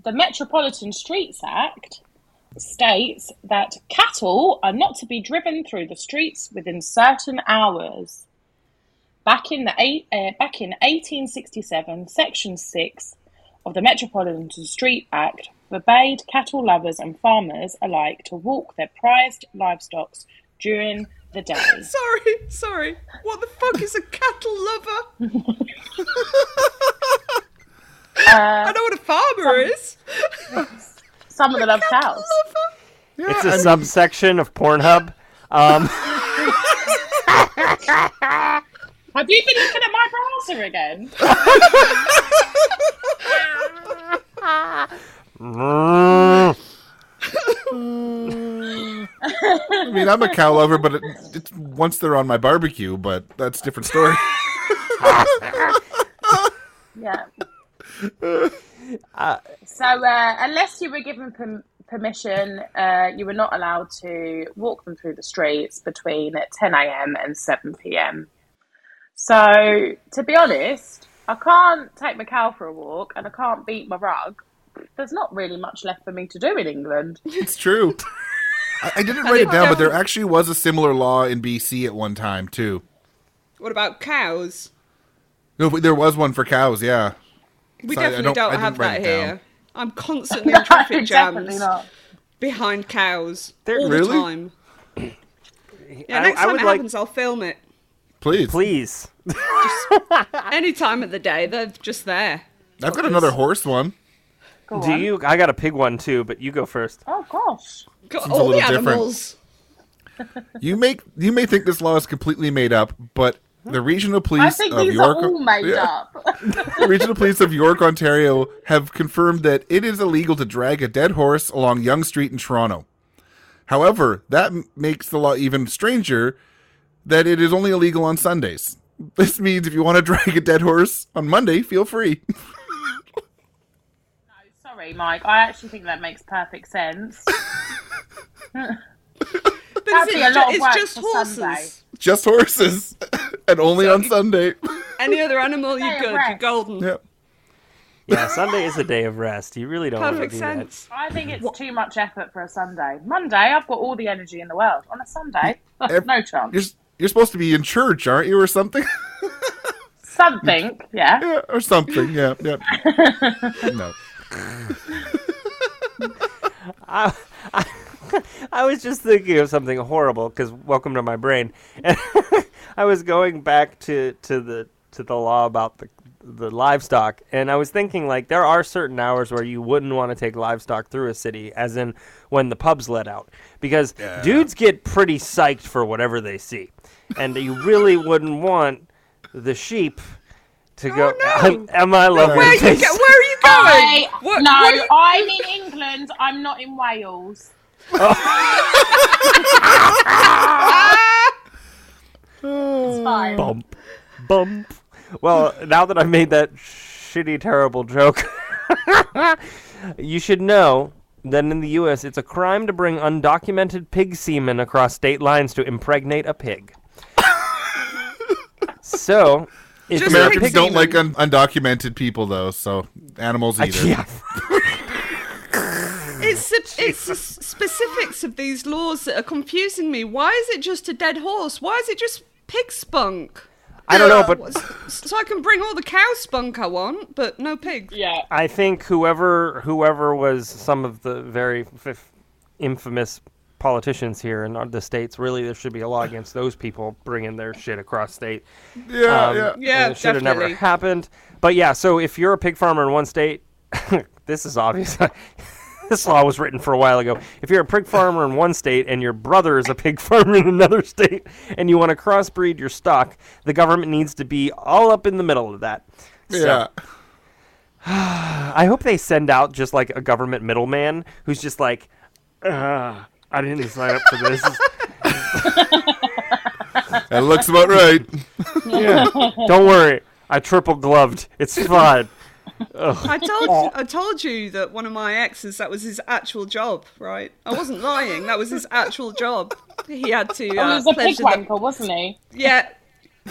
[SPEAKER 5] the Metropolitan Streets Act states that cattle are not to be driven through the streets within certain hours. Back in the eight, uh, back in 1867, Section Six of the Metropolitan Street Act forbade cattle lovers and farmers alike to walk their prized livestock during the day.
[SPEAKER 4] sorry, sorry. What the fuck is a cattle lover? I know what a farmer is.
[SPEAKER 5] Some of the love cows.
[SPEAKER 1] It's a subsection of Pornhub. Um,
[SPEAKER 5] Have you been looking at my browser again?
[SPEAKER 2] I mean, I'm a cow lover, but it, it's once they're on my barbecue, but that's a different
[SPEAKER 4] [laughs]
[SPEAKER 2] story. [laughs]
[SPEAKER 5] Yeah. so, uh, unless you were given perm- permission, uh, you were not allowed to walk them through the streets between 10 a.m. and 7 p.m. So, to be honest, I can't take my cow for a walk and I can't beat my rug. There's not really much left for me to do in England.
[SPEAKER 2] It's true. I, I didn't write it down, but there actually was a similar law in BC at one time too.
[SPEAKER 4] What about cows?
[SPEAKER 2] No, but there was one for cows. Yeah.
[SPEAKER 4] We
[SPEAKER 2] Sorry, I
[SPEAKER 4] definitely
[SPEAKER 2] don't- I
[SPEAKER 4] don't,
[SPEAKER 2] didn't
[SPEAKER 4] have
[SPEAKER 2] write
[SPEAKER 4] that
[SPEAKER 2] it
[SPEAKER 4] here.
[SPEAKER 2] down.
[SPEAKER 4] I'm
[SPEAKER 5] [laughs]
[SPEAKER 4] constantly in traffic
[SPEAKER 5] Definitely
[SPEAKER 4] jams
[SPEAKER 5] not.
[SPEAKER 4] behind cows all
[SPEAKER 2] Really? [clears throat]
[SPEAKER 4] the time. Yeah,
[SPEAKER 1] I-
[SPEAKER 4] next
[SPEAKER 1] I
[SPEAKER 4] time
[SPEAKER 1] would
[SPEAKER 4] it
[SPEAKER 1] like-
[SPEAKER 4] happens, I'll film it.
[SPEAKER 2] Please.
[SPEAKER 1] please.
[SPEAKER 4] Any time of the day, they're just there.
[SPEAKER 2] I've got another horse one.
[SPEAKER 5] Go
[SPEAKER 1] Do
[SPEAKER 5] on.
[SPEAKER 1] you? I got a pig one too, but you go first.
[SPEAKER 5] Oh, gosh.
[SPEAKER 4] Got
[SPEAKER 2] Seems a
[SPEAKER 4] all the
[SPEAKER 2] little different.
[SPEAKER 4] animals.
[SPEAKER 2] You make you may think this law is completely made up, but the regional police
[SPEAKER 5] I think
[SPEAKER 2] of
[SPEAKER 5] these
[SPEAKER 2] York
[SPEAKER 5] are all made
[SPEAKER 2] Yeah.
[SPEAKER 5] up. [laughs]
[SPEAKER 2] Regional police of York, Ontario have confirmed that it is illegal to drag a dead horse along Young Street in Toronto. However, that m- makes the law even stranger that it is only illegal on Sundays. This means if you want to drag a dead horse on Monday, feel free. [laughs]
[SPEAKER 5] Sorry, Mike. I actually think that makes perfect sense.
[SPEAKER 4] But is
[SPEAKER 5] That'd be
[SPEAKER 4] it
[SPEAKER 5] a
[SPEAKER 4] ju-
[SPEAKER 5] lot of
[SPEAKER 4] it's
[SPEAKER 5] work
[SPEAKER 4] just
[SPEAKER 5] for
[SPEAKER 4] horses.
[SPEAKER 5] Sunday.
[SPEAKER 2] Just horses, [laughs] and only on Sunday. [laughs]
[SPEAKER 4] Any other animal, you're
[SPEAKER 5] Day of
[SPEAKER 4] good. You're
[SPEAKER 5] rest.
[SPEAKER 4] golden.
[SPEAKER 2] yeah.
[SPEAKER 1] Yeah, Sunday is a day of rest. You really don't want to
[SPEAKER 4] Perfect
[SPEAKER 1] do
[SPEAKER 4] sense.
[SPEAKER 2] [laughs]
[SPEAKER 5] I think it's too much effort for a Sunday. Monday, I've got all the energy in the world. On a Sunday, [laughs]
[SPEAKER 2] Ev-
[SPEAKER 5] no chance.
[SPEAKER 2] You're s- you're supposed to be in church, aren't you, or something? [laughs]
[SPEAKER 5] Something, yeah.
[SPEAKER 2] yeah, or something. Yeah,
[SPEAKER 1] [laughs]
[SPEAKER 2] yeah. no.
[SPEAKER 1] that. I was just thinking of something horrible because welcome to my brain. [laughs] I was going back to, to the to the law about the the livestock, and I was thinking like there are certain hours where you wouldn't want to take livestock through a city, as in when the pubs let out, because dudes get pretty psyched for whatever they see, and you really wouldn't want the sheep to go. Am, am I loving
[SPEAKER 4] Oh, Where, you
[SPEAKER 1] this?
[SPEAKER 4] go- where are you going?
[SPEAKER 5] I,
[SPEAKER 4] What-
[SPEAKER 5] no,
[SPEAKER 4] what do you-
[SPEAKER 5] I'm in England. I'm not in Wales.
[SPEAKER 4] Oh.
[SPEAKER 5] it's fine.
[SPEAKER 1] bump, bump. Well, now that I've made that shitty, terrible joke, [laughs] you should know that in the U.S., it's a crime to bring undocumented pig semen across state lines to impregnate a pig. so, if
[SPEAKER 4] Just
[SPEAKER 1] you're a
[SPEAKER 4] like
[SPEAKER 2] Americans
[SPEAKER 1] pig,
[SPEAKER 2] don't like un- undocumented people, though, so animals
[SPEAKER 1] [laughs]
[SPEAKER 2] either.
[SPEAKER 1] Uh, yeah,
[SPEAKER 4] It's the, it's the s- specifics of these laws that are confusing me. Why is it just a dead horse? Why is it just pig spunk?
[SPEAKER 1] I don't know, but
[SPEAKER 4] so I can bring all the cow spunk I want, but no pig.
[SPEAKER 5] Yeah.
[SPEAKER 1] I think whoever whoever was some of the very f- infamous politicians here in the states really there should be a law against those people bringing their shit across state.
[SPEAKER 2] Yeah,
[SPEAKER 1] Um,
[SPEAKER 2] yeah.
[SPEAKER 4] Yeah,
[SPEAKER 1] and it should have never
[SPEAKER 4] definitely.
[SPEAKER 1] happened. But yeah, so if you're a pig farmer in one state, [laughs] this is obvious. [laughs] this law was written for a while ago. If you're a pig farmer in one state and your brother is a pig [laughs] farmer in another state and you want to crossbreed your stock, the government needs to be all up in the middle of that. So,
[SPEAKER 2] Yeah.
[SPEAKER 1] I hope they send out just like a government middleman who's just like, "Ugh, I didn't sign up for this.
[SPEAKER 2] [laughs] That looks about right.
[SPEAKER 1] [laughs] yeah. Don't worry. I triple gloved. It's fine.
[SPEAKER 4] I told I told you that one of my exes that was his actual job, right? I wasn't lying. That was his actual job. He had to
[SPEAKER 5] Oh, He
[SPEAKER 4] uh,
[SPEAKER 5] was a pig
[SPEAKER 4] pleasure the,
[SPEAKER 5] wanker, wasn't he?
[SPEAKER 4] yeah,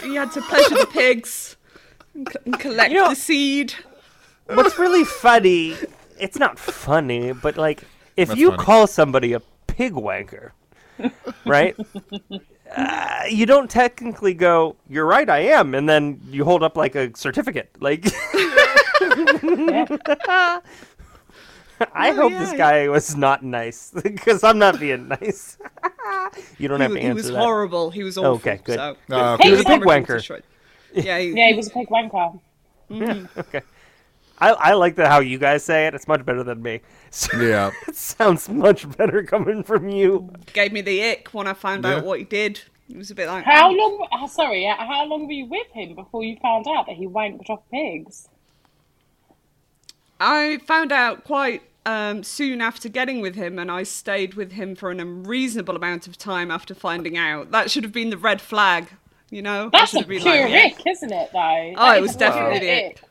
[SPEAKER 4] he had to pleasure the pigs and, c- and collect
[SPEAKER 1] You know-
[SPEAKER 4] the seed.
[SPEAKER 1] what's really funny it's not funny but like if
[SPEAKER 2] That's
[SPEAKER 1] you
[SPEAKER 2] funny.
[SPEAKER 1] call somebody a pig wanker
[SPEAKER 2] [laughs]
[SPEAKER 1] right uh, you don't technically go you're right i am and then you hold up like a certificate like [laughs] I
[SPEAKER 4] Oh,
[SPEAKER 1] hope
[SPEAKER 4] yeah,
[SPEAKER 1] this
[SPEAKER 4] he-
[SPEAKER 1] guy was not nice because I'm not being
[SPEAKER 4] [laughs]
[SPEAKER 1] nice. you don't
[SPEAKER 4] He,
[SPEAKER 1] have to
[SPEAKER 4] wa- he
[SPEAKER 1] answer
[SPEAKER 4] was
[SPEAKER 1] that.
[SPEAKER 4] horrible. He was awful.
[SPEAKER 1] Okay, good.
[SPEAKER 4] So.
[SPEAKER 2] Uh,
[SPEAKER 5] He was a
[SPEAKER 4] His
[SPEAKER 1] pig
[SPEAKER 4] memory was
[SPEAKER 1] wanker.
[SPEAKER 4] destroyed. Yeah, he-
[SPEAKER 5] Yeah, he was a pig wanker.
[SPEAKER 1] Okay. I, I like the how you guys say it. It's much better than me. [laughs] So
[SPEAKER 2] yeah.
[SPEAKER 1] [laughs] it sounds much better coming from you.
[SPEAKER 4] gave me the ick when I found
[SPEAKER 2] Yeah.
[SPEAKER 4] out what he did. It was a bit like
[SPEAKER 5] How long? uh, Sorry, uh, how long were you with him before you found out that he wanked off pigs?
[SPEAKER 4] I found out quite um, soon after getting with him, and I stayed with him for an unreasonable amount of time after finding out. That should have been the red flag, you know. I
[SPEAKER 5] That's
[SPEAKER 4] should
[SPEAKER 5] a
[SPEAKER 4] have been
[SPEAKER 5] pure
[SPEAKER 4] like, yeah.
[SPEAKER 5] ick, isn't it? Though.
[SPEAKER 4] Oh,
[SPEAKER 5] That
[SPEAKER 4] it
[SPEAKER 5] is
[SPEAKER 4] was
[SPEAKER 5] a
[SPEAKER 4] definitely
[SPEAKER 5] pure
[SPEAKER 4] the
[SPEAKER 5] ick.
[SPEAKER 4] ick.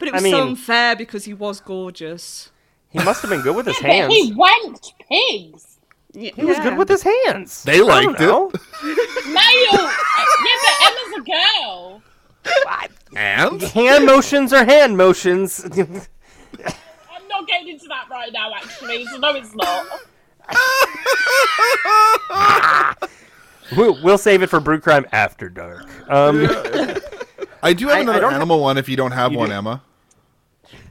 [SPEAKER 4] But it
[SPEAKER 1] I
[SPEAKER 4] was
[SPEAKER 1] mean-
[SPEAKER 4] so unfair because he was gorgeous.
[SPEAKER 1] He must have been good with his
[SPEAKER 5] But
[SPEAKER 1] hands.
[SPEAKER 5] He wanked pigs.
[SPEAKER 4] He
[SPEAKER 1] He was good with his hands.
[SPEAKER 2] They
[SPEAKER 1] I don't
[SPEAKER 2] liked it.
[SPEAKER 1] know.
[SPEAKER 5] No, uh, yeah, but Emma's a girl.
[SPEAKER 2] And
[SPEAKER 1] hand motions are hand motions. [laughs]
[SPEAKER 5] I'm not getting into that right now, actually. So no, it's not.
[SPEAKER 1] we'll, we'll save it for Brew Crime after dark. Um,
[SPEAKER 2] I do have
[SPEAKER 1] I
[SPEAKER 2] another
[SPEAKER 1] don't
[SPEAKER 2] animal one if you don't have one,
[SPEAKER 1] do.
[SPEAKER 2] Emma.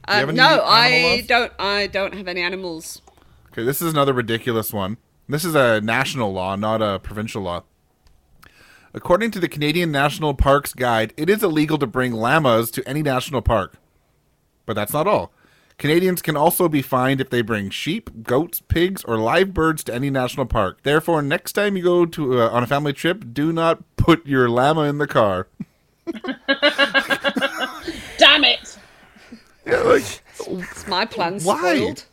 [SPEAKER 4] Uh,
[SPEAKER 2] have any
[SPEAKER 4] no,
[SPEAKER 2] animal
[SPEAKER 4] I
[SPEAKER 2] love?
[SPEAKER 4] don't. I don't have any animals.
[SPEAKER 2] Okay, this is another ridiculous one. This is a national law, not a provincial law. According to the Canadian National Parks Guide, it is illegal to bring llamas to any national park. But that's not all. Canadians can also be fined if they bring sheep, goats, pigs, or live birds to any national park. Therefore, next time you go to uh, on a family trip, do not put your llama in the car.
[SPEAKER 5] Damn it.
[SPEAKER 1] [laughs]
[SPEAKER 4] It's my plan
[SPEAKER 2] Why?
[SPEAKER 4] spoiled.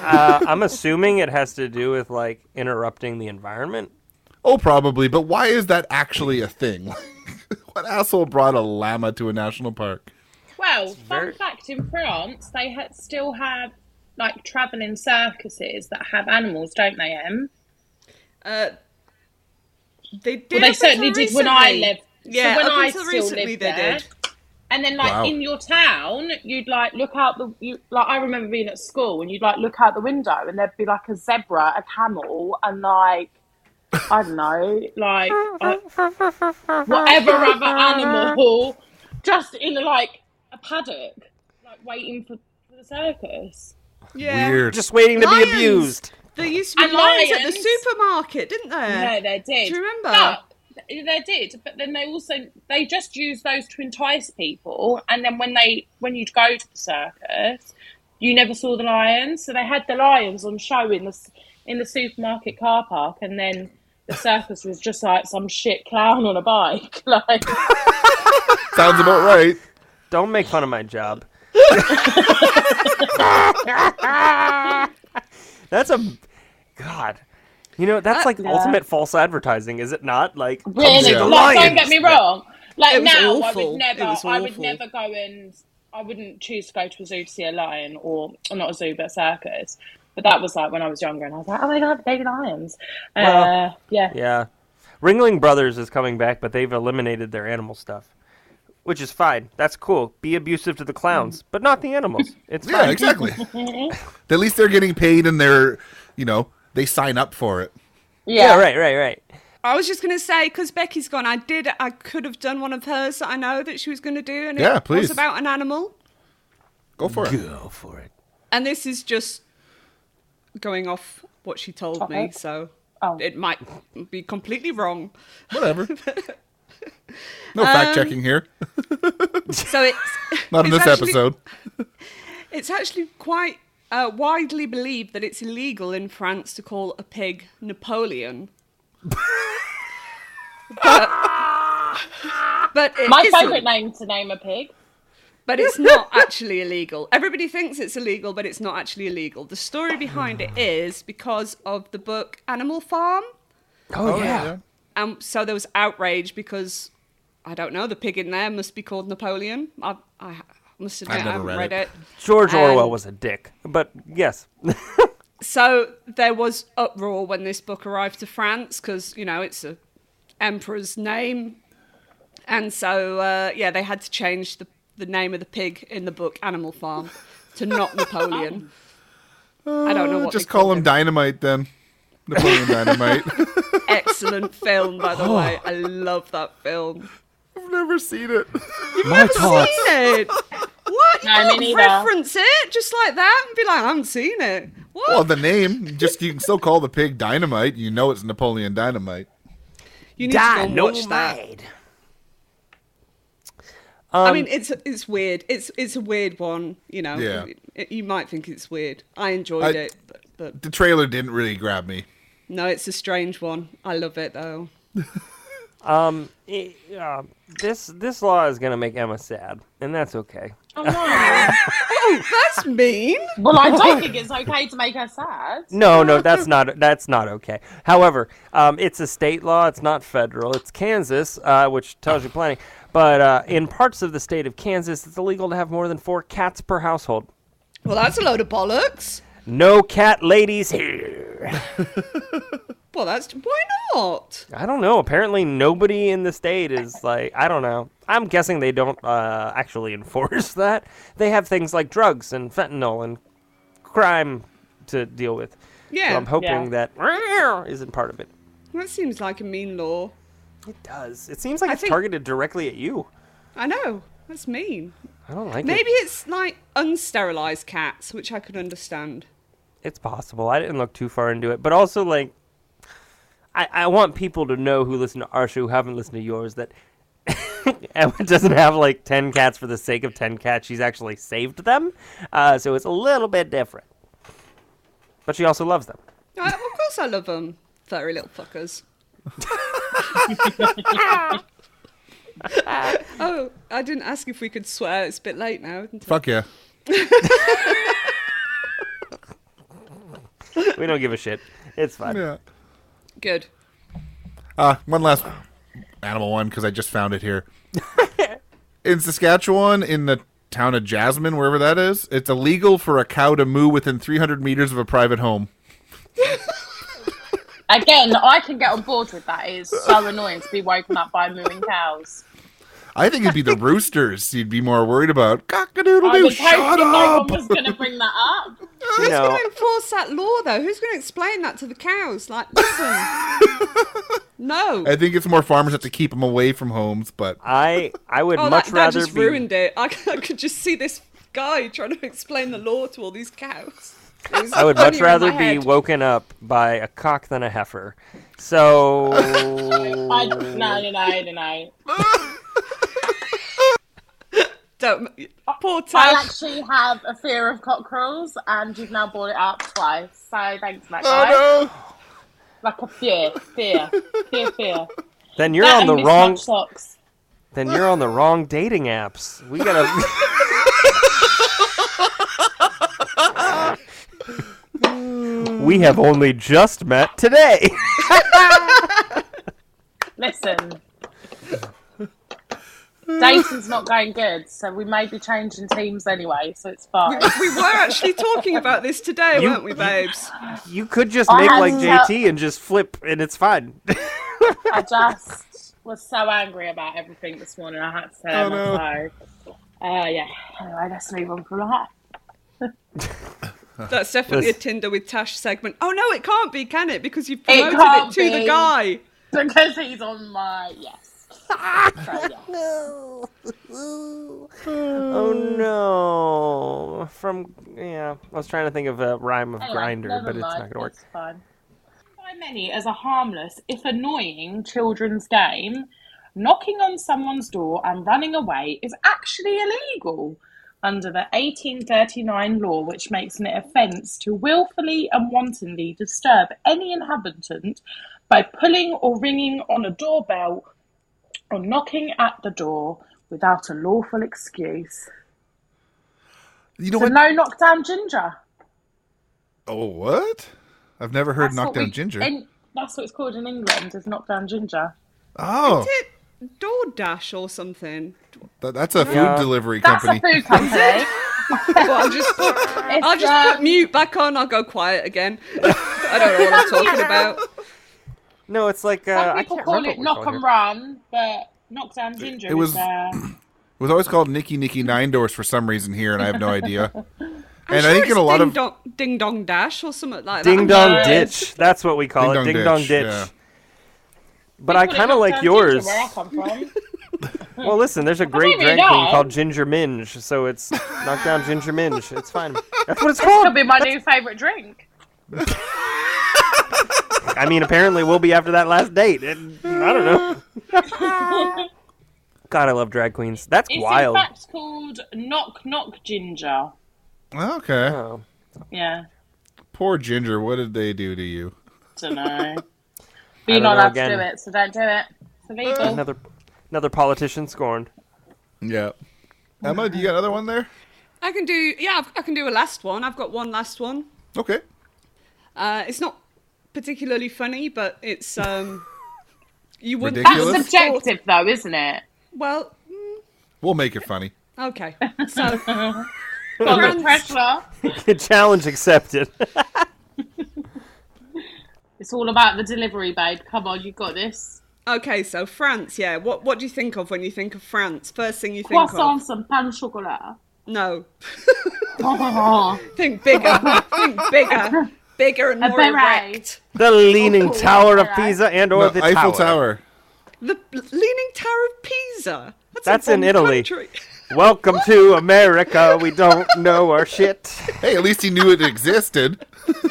[SPEAKER 1] uh, I'm assuming it has to do with like interrupting the environment.
[SPEAKER 2] Oh, probably, but why is that actually a thing? [laughs] what asshole brought a llama to a national park?
[SPEAKER 5] Well, fun
[SPEAKER 1] very-
[SPEAKER 5] fact in France, they ha- still have like travelling circuses that have animals, don't they, Em?
[SPEAKER 4] Uh, they did.
[SPEAKER 5] Well, they
[SPEAKER 4] up
[SPEAKER 5] certainly
[SPEAKER 4] until
[SPEAKER 5] did when I
[SPEAKER 4] recently.
[SPEAKER 5] lived.
[SPEAKER 4] Yeah,
[SPEAKER 5] so when
[SPEAKER 4] up
[SPEAKER 5] I
[SPEAKER 4] until
[SPEAKER 5] still
[SPEAKER 4] recently
[SPEAKER 5] lived
[SPEAKER 4] they
[SPEAKER 5] there,
[SPEAKER 4] did.
[SPEAKER 5] And then, like
[SPEAKER 2] Wow.
[SPEAKER 5] in your town, you'd like look out the you, like. I remember being at school, and you'd like look out the window, and there'd be like a zebra, a camel, and like I don't know, like uh, whatever other animal,
[SPEAKER 4] [laughs]
[SPEAKER 5] just in like a paddock, like waiting for, for the circus.
[SPEAKER 4] Yeah.
[SPEAKER 2] Weird.
[SPEAKER 1] Just waiting to
[SPEAKER 4] Lions.
[SPEAKER 1] be abused.
[SPEAKER 4] There used to be
[SPEAKER 5] And
[SPEAKER 4] lions, at the
[SPEAKER 5] lions.
[SPEAKER 4] supermarket, didn't
[SPEAKER 5] No,
[SPEAKER 4] there?
[SPEAKER 5] they did.
[SPEAKER 4] Do you remember?
[SPEAKER 5] But they did, but then they also they just used those to entice people, and then when they when you'd go to the circus, you never saw the lions, so they had the lions on show in the s- in the supermarket car park, and then the circus was just like some shit clown on a bike, [laughs] like
[SPEAKER 2] Sounds about right.
[SPEAKER 1] Don't make fun of my job. that's a God. You know, that's like ultimate false advertising, is it not? Like
[SPEAKER 5] Uh, really.
[SPEAKER 2] Yeah.
[SPEAKER 5] Like,
[SPEAKER 1] Lions.
[SPEAKER 5] Don't get me wrong. Like
[SPEAKER 4] It was
[SPEAKER 5] now, I
[SPEAKER 4] awful.
[SPEAKER 5] would
[SPEAKER 4] It
[SPEAKER 5] never,
[SPEAKER 4] was
[SPEAKER 5] I would
[SPEAKER 4] awful.
[SPEAKER 5] never go and I wouldn't choose to go to a zoo to see a lion or or not a zoo but a circus. But that was like when I was younger, and I was like, oh my god, baby lions. Uh,
[SPEAKER 1] Well,
[SPEAKER 5] yeah.
[SPEAKER 1] Yeah. Ringling Brothers is coming back, but they've eliminated their animal stuff. Which is fine. That's cool. Be abusive to the clowns, but not
[SPEAKER 2] [laughs]
[SPEAKER 1] the animals. It's
[SPEAKER 2] [laughs] Yeah,
[SPEAKER 1] fine.
[SPEAKER 2] exactly.
[SPEAKER 4] [laughs]
[SPEAKER 2] At least they're getting paid and they're, you know, they sign up for it.
[SPEAKER 1] Yeah, right, right, right.
[SPEAKER 4] I was just going to say because Becky's gone, I did. I could have done one of hers that I know that she was going to do, and
[SPEAKER 2] Yeah,
[SPEAKER 4] it
[SPEAKER 2] please.
[SPEAKER 4] was about an animal.
[SPEAKER 2] Go for it.
[SPEAKER 1] Go for it.
[SPEAKER 4] And this is just going off what she told me,
[SPEAKER 5] Topic?
[SPEAKER 4] so
[SPEAKER 5] Oh.
[SPEAKER 4] it might be completely wrong.
[SPEAKER 2] Whatever.
[SPEAKER 4] [laughs]
[SPEAKER 2] No fact checking here.
[SPEAKER 4] So it's [laughs]
[SPEAKER 2] Not in
[SPEAKER 4] Um, it's
[SPEAKER 2] this
[SPEAKER 4] actually-
[SPEAKER 2] episode.
[SPEAKER 4] It's actually quite uh, widely believed that it's illegal in France to call a pig
[SPEAKER 2] [laughs]
[SPEAKER 4] Napoleon. but, but it
[SPEAKER 5] My
[SPEAKER 4] isn't.
[SPEAKER 5] favourite name to name
[SPEAKER 4] [laughs]
[SPEAKER 5] a pig.
[SPEAKER 4] But
[SPEAKER 2] [laughs]
[SPEAKER 4] it's not actually illegal. Everybody thinks it's illegal, but it's not actually illegal. The story behind
[SPEAKER 2] Ah.
[SPEAKER 4] it is because of the book Animal Farm.
[SPEAKER 1] Oh, yeah.
[SPEAKER 4] And so there was outrage because, I don't know, the pig in there must be called Napoleon. I, I must admit, I
[SPEAKER 2] never
[SPEAKER 4] haven't
[SPEAKER 2] read
[SPEAKER 4] read,
[SPEAKER 2] it.
[SPEAKER 4] it.
[SPEAKER 1] George
[SPEAKER 4] Um,
[SPEAKER 1] Orwell was a dick. But yes.
[SPEAKER 4] So there was uproar when this book arrived to France because you know it's a emperor's name, and so uh, yeah, they had to change the the name of the pig in the book Animal Farm
[SPEAKER 2] [laughs]
[SPEAKER 4] to not Napoleon. I don't know
[SPEAKER 2] Uh,
[SPEAKER 4] what.
[SPEAKER 2] Just
[SPEAKER 4] they called
[SPEAKER 2] call him Dynamite then. Napoleon
[SPEAKER 4] [laughs]
[SPEAKER 2] Dynamite. [laughs]
[SPEAKER 4] Excellent film, by the way. I love that film.
[SPEAKER 2] I've never seen it.
[SPEAKER 1] My thoughts.
[SPEAKER 4] Seen it? What? You
[SPEAKER 5] No, me
[SPEAKER 4] can't
[SPEAKER 5] neither.
[SPEAKER 4] reference it just like that and be like, I haven't seen it. What?
[SPEAKER 2] Well, the name, just you can still call the pig Dynamite. You know it's Napoleon Dynamite.
[SPEAKER 4] you
[SPEAKER 1] [laughs]
[SPEAKER 4] need to go and watch that.
[SPEAKER 1] Dynamite. Um,
[SPEAKER 4] I mean, it's it's weird. It's it's a weird one, you know.
[SPEAKER 2] Yeah.
[SPEAKER 4] It- you might think it's weird. I enjoyed
[SPEAKER 2] I-
[SPEAKER 4] it, but, but
[SPEAKER 2] The trailer didn't really grab me.
[SPEAKER 4] no, it's a strange one. I love it though.
[SPEAKER 1] um, eh, uh, this this law is gonna make Emma sad, and that's okay.
[SPEAKER 5] Oh no.
[SPEAKER 4] That's mean.
[SPEAKER 5] well, I don't think it's okay to make her sad.
[SPEAKER 1] No, no, that's not that's not okay. However, um, it's a state law. It's not federal. It's Kansas, uh, which tells you plenty. But uh, in parts of the state of Kansas, it's illegal to have more than four cats per household.
[SPEAKER 4] Well, that's a load of bollocks.
[SPEAKER 1] No cat ladies here.
[SPEAKER 4] Well, that's why not?
[SPEAKER 1] I don't know. Apparently, nobody in the state is like I don't know. I'm guessing they don't uh, actually [laughs] enforce that. They have things like drugs and fentanyl and crime to deal with. So
[SPEAKER 4] Yeah.
[SPEAKER 1] I'm hoping
[SPEAKER 5] Yeah.
[SPEAKER 1] that [laughs] isn't part of it.
[SPEAKER 4] That seems like a mean law.
[SPEAKER 1] It does. It seems like
[SPEAKER 4] I
[SPEAKER 1] it's
[SPEAKER 4] think-
[SPEAKER 1] targeted directly at you.
[SPEAKER 4] I know. That's mean.
[SPEAKER 1] I don't like
[SPEAKER 4] Maybe
[SPEAKER 1] it.
[SPEAKER 4] it's like unsterilized cats, which I could understand.
[SPEAKER 1] It's possible. I didn't look too far into it, but also like, I, I want people to know who listen to our show who haven't listened to yours that [laughs] Emma doesn't have like ten cats for the sake of ten cats. She's actually saved them, uh, so it's a little bit different. But she also loves them.
[SPEAKER 4] I, Uh, of course, I love them, furry little
[SPEAKER 1] [laughs]
[SPEAKER 4] fuckers. oh, I didn't ask if we could swear. It's a bit late now, isn't it?
[SPEAKER 2] Fuck yeah.
[SPEAKER 1] We don't give a shit. It's fine.
[SPEAKER 2] Yeah.
[SPEAKER 4] Good.
[SPEAKER 2] Uh, one last Animal One because I just found it
[SPEAKER 5] [laughs]
[SPEAKER 2] here. in Saskatchewan, in the town of Jasmine, wherever that is, it's illegal for a cow to moo within 300 meters of a private home.
[SPEAKER 5] Again, I can get on board with that. It's so annoying to be woken up by mooing cows.
[SPEAKER 2] I think it'd
[SPEAKER 5] [laughs]
[SPEAKER 2] be the roosters you'd be more worried about. Cock-a-doodle-doo,
[SPEAKER 5] I was
[SPEAKER 2] shut
[SPEAKER 5] hoping no one
[SPEAKER 2] up!
[SPEAKER 5] was going to bring that up.
[SPEAKER 4] Who's
[SPEAKER 1] No.
[SPEAKER 4] going to enforce that law, though? Who's going to explain that to the cows?
[SPEAKER 1] [laughs]
[SPEAKER 4] Like, listen. no.
[SPEAKER 2] I think it's more farmers have to keep them away from homes, but
[SPEAKER 1] I I would
[SPEAKER 4] Oh,
[SPEAKER 1] much
[SPEAKER 4] that, that
[SPEAKER 1] rather
[SPEAKER 4] just
[SPEAKER 1] be.
[SPEAKER 4] ruined it. I, c- I could just see this guy trying to explain the law to all these cows. It was
[SPEAKER 1] I would
[SPEAKER 4] running
[SPEAKER 1] much
[SPEAKER 4] in
[SPEAKER 1] rather
[SPEAKER 4] my
[SPEAKER 1] be
[SPEAKER 4] head.
[SPEAKER 1] woken up by a cock than a heifer. So [laughs]
[SPEAKER 4] Oh,
[SPEAKER 5] I, no, no, no, no, no.
[SPEAKER 4] Don't, poor
[SPEAKER 5] I
[SPEAKER 4] Tash.
[SPEAKER 5] actually have a fear of cockerels, and you've now brought it up twice. So thanks, for that guy.
[SPEAKER 2] oh
[SPEAKER 5] Like a fear, fear, fear, fear.
[SPEAKER 1] then [laughs] you're on
[SPEAKER 5] That and
[SPEAKER 1] the
[SPEAKER 5] mismatched
[SPEAKER 1] wrong.
[SPEAKER 5] socks.
[SPEAKER 1] Then you're on the wrong dating apps. We
[SPEAKER 5] [laughs]
[SPEAKER 1] gotta. we have only just met today.
[SPEAKER 5] Listen, dating's not going good, so we may be changing teams anyway, so it's
[SPEAKER 1] [laughs]
[SPEAKER 5] fine.
[SPEAKER 4] We were actually talking about this today,
[SPEAKER 1] You-
[SPEAKER 4] weren't we, babes?
[SPEAKER 1] you could just
[SPEAKER 5] I
[SPEAKER 1] make
[SPEAKER 5] had
[SPEAKER 1] like
[SPEAKER 5] to-
[SPEAKER 1] JT and just flip, and it's
[SPEAKER 5] [laughs]
[SPEAKER 1] fine.
[SPEAKER 5] I just was so angry about everything this morning. I had to turn
[SPEAKER 2] Oh,
[SPEAKER 5] oh, no. Uh Yeah. Anyway, let's move on from that. [laughs]
[SPEAKER 4] That's definitely a
[SPEAKER 1] Listen.
[SPEAKER 4] Tinder with Tash segment. Oh no, it can't be, can it? Because you've
[SPEAKER 5] It
[SPEAKER 4] promoted it,
[SPEAKER 5] can't
[SPEAKER 4] to the
[SPEAKER 5] be.
[SPEAKER 4] guy.
[SPEAKER 5] Because he's on my
[SPEAKER 1] [laughs]
[SPEAKER 5] yes. So, yeah.
[SPEAKER 1] Oh no! From yeah, I was trying to think of a rhyme of
[SPEAKER 5] Anyway,
[SPEAKER 1] grinder,
[SPEAKER 5] never
[SPEAKER 1] but it's
[SPEAKER 5] mind,
[SPEAKER 1] not gonna work.
[SPEAKER 5] it's fine. By many as a harmless, if annoying, children's game, knocking on someone's door and running away is actually illegal under the 1839 law, which makes it an offence to willfully and wantonly disturb any inhabitant by pulling or ringing on a doorbell or knocking at the door without a lawful excuse.
[SPEAKER 2] You know
[SPEAKER 5] So
[SPEAKER 2] what?
[SPEAKER 5] no knockdown ginger.
[SPEAKER 2] Oh, what? I've never heard
[SPEAKER 5] That's what
[SPEAKER 2] knockdown
[SPEAKER 5] we-
[SPEAKER 2] ginger.
[SPEAKER 5] in- that's what it's called in England, is knockdown ginger.
[SPEAKER 2] oh,
[SPEAKER 4] Is it DoorDash or something?
[SPEAKER 2] th- that's a food
[SPEAKER 1] Yeah.
[SPEAKER 2] delivery
[SPEAKER 5] That's
[SPEAKER 2] company.
[SPEAKER 5] a food [laughs] company.
[SPEAKER 4] Well, I'll just put, I'll
[SPEAKER 5] It's,
[SPEAKER 4] just put
[SPEAKER 5] [laughs] um,
[SPEAKER 4] mute back on. I'll go quiet again. I don't know what I'm talking about.
[SPEAKER 1] No, it's like uh,
[SPEAKER 5] some
[SPEAKER 1] I
[SPEAKER 5] people
[SPEAKER 1] can't
[SPEAKER 5] call
[SPEAKER 1] remember
[SPEAKER 5] it
[SPEAKER 1] what we
[SPEAKER 5] knock
[SPEAKER 1] call
[SPEAKER 5] and
[SPEAKER 1] here.
[SPEAKER 5] run, but knockdown ginger
[SPEAKER 2] it was-
[SPEAKER 5] is uh,
[SPEAKER 2] It was always called Nicky Nicky Nine Doors for some reason here, and I have no
[SPEAKER 4] [laughs]
[SPEAKER 2] idea. [laughs] and
[SPEAKER 4] sure
[SPEAKER 2] I think
[SPEAKER 4] it's
[SPEAKER 2] in a lot
[SPEAKER 4] ding
[SPEAKER 2] of
[SPEAKER 4] dong, ding dong dash or something like that.
[SPEAKER 1] Ding
[SPEAKER 4] I'm
[SPEAKER 1] dong
[SPEAKER 5] Yes.
[SPEAKER 1] ditch. That's what we call
[SPEAKER 2] Ding dong
[SPEAKER 1] it. Ding dong
[SPEAKER 2] ditch,
[SPEAKER 1] ditch.
[SPEAKER 2] yeah.
[SPEAKER 1] But
[SPEAKER 5] they
[SPEAKER 1] I
[SPEAKER 5] call it
[SPEAKER 1] kind of like
[SPEAKER 5] knockdown ginger
[SPEAKER 1] yours.
[SPEAKER 5] Where I come
[SPEAKER 1] [laughs]
[SPEAKER 5] from.
[SPEAKER 1] Well, listen, there's a great
[SPEAKER 5] even
[SPEAKER 1] drink thing
[SPEAKER 5] know.
[SPEAKER 1] called ginger minge, so it's knockdown ginger minge. It's fine. That's what it's called.
[SPEAKER 5] Could be my new favourite drink.
[SPEAKER 1] I mean, apparently we'll be after that last date. It- I don't know. God, I love drag queens. That's
[SPEAKER 5] It's
[SPEAKER 1] wild.
[SPEAKER 5] in fact called knock knock ginger.
[SPEAKER 2] okay,
[SPEAKER 1] Oh.
[SPEAKER 5] Yeah,
[SPEAKER 2] poor Ginger, what did they do to you?
[SPEAKER 1] [laughs]
[SPEAKER 5] don't know. But
[SPEAKER 1] don't
[SPEAKER 5] you're not
[SPEAKER 1] know
[SPEAKER 5] allowed to
[SPEAKER 1] again. Uh,
[SPEAKER 5] do it, so don't do it. It's illegal.
[SPEAKER 1] Another, another politician scorned. [laughs]
[SPEAKER 2] Yeah, Emma, do you got another one there?
[SPEAKER 4] I can do yeah. I've- I can do a last one. I've got one last one.
[SPEAKER 2] Okay,
[SPEAKER 4] Uh, it's not particularly funny, but it's um. You wouldn't.
[SPEAKER 2] Ridiculous?
[SPEAKER 5] That's subjective, though,
[SPEAKER 1] [laughs]
[SPEAKER 5] isn't it?
[SPEAKER 4] Well,
[SPEAKER 2] we'll make it funny.
[SPEAKER 4] okay. [laughs] So
[SPEAKER 5] Got the pressure.
[SPEAKER 1] Challenge accepted. [laughs]
[SPEAKER 5] It's all about the delivery, babe. Come on, you got this.
[SPEAKER 4] okay, so France. Yeah. What What do you think of when you think of France? First thing you think of?
[SPEAKER 5] Croissants and pan chocolat.
[SPEAKER 4] No. [laughs]
[SPEAKER 5] Oh,
[SPEAKER 4] think
[SPEAKER 5] [laughs]
[SPEAKER 4] bigger. think bigger. Bigger and
[SPEAKER 5] A
[SPEAKER 4] more
[SPEAKER 5] beret.
[SPEAKER 4] erect.
[SPEAKER 1] the Leaning Tower of
[SPEAKER 5] alright.
[SPEAKER 1] Pisa and/or
[SPEAKER 2] No,
[SPEAKER 1] the
[SPEAKER 2] Eiffel
[SPEAKER 1] tower.
[SPEAKER 2] Tower.
[SPEAKER 4] The L- Leaning Tower of Pisa. That's, a
[SPEAKER 1] That's in
[SPEAKER 4] bomb
[SPEAKER 1] Italy. [laughs]
[SPEAKER 4] country.
[SPEAKER 1] Welcome to America. We don't know our shit.
[SPEAKER 2] Hey, at least he knew it existed.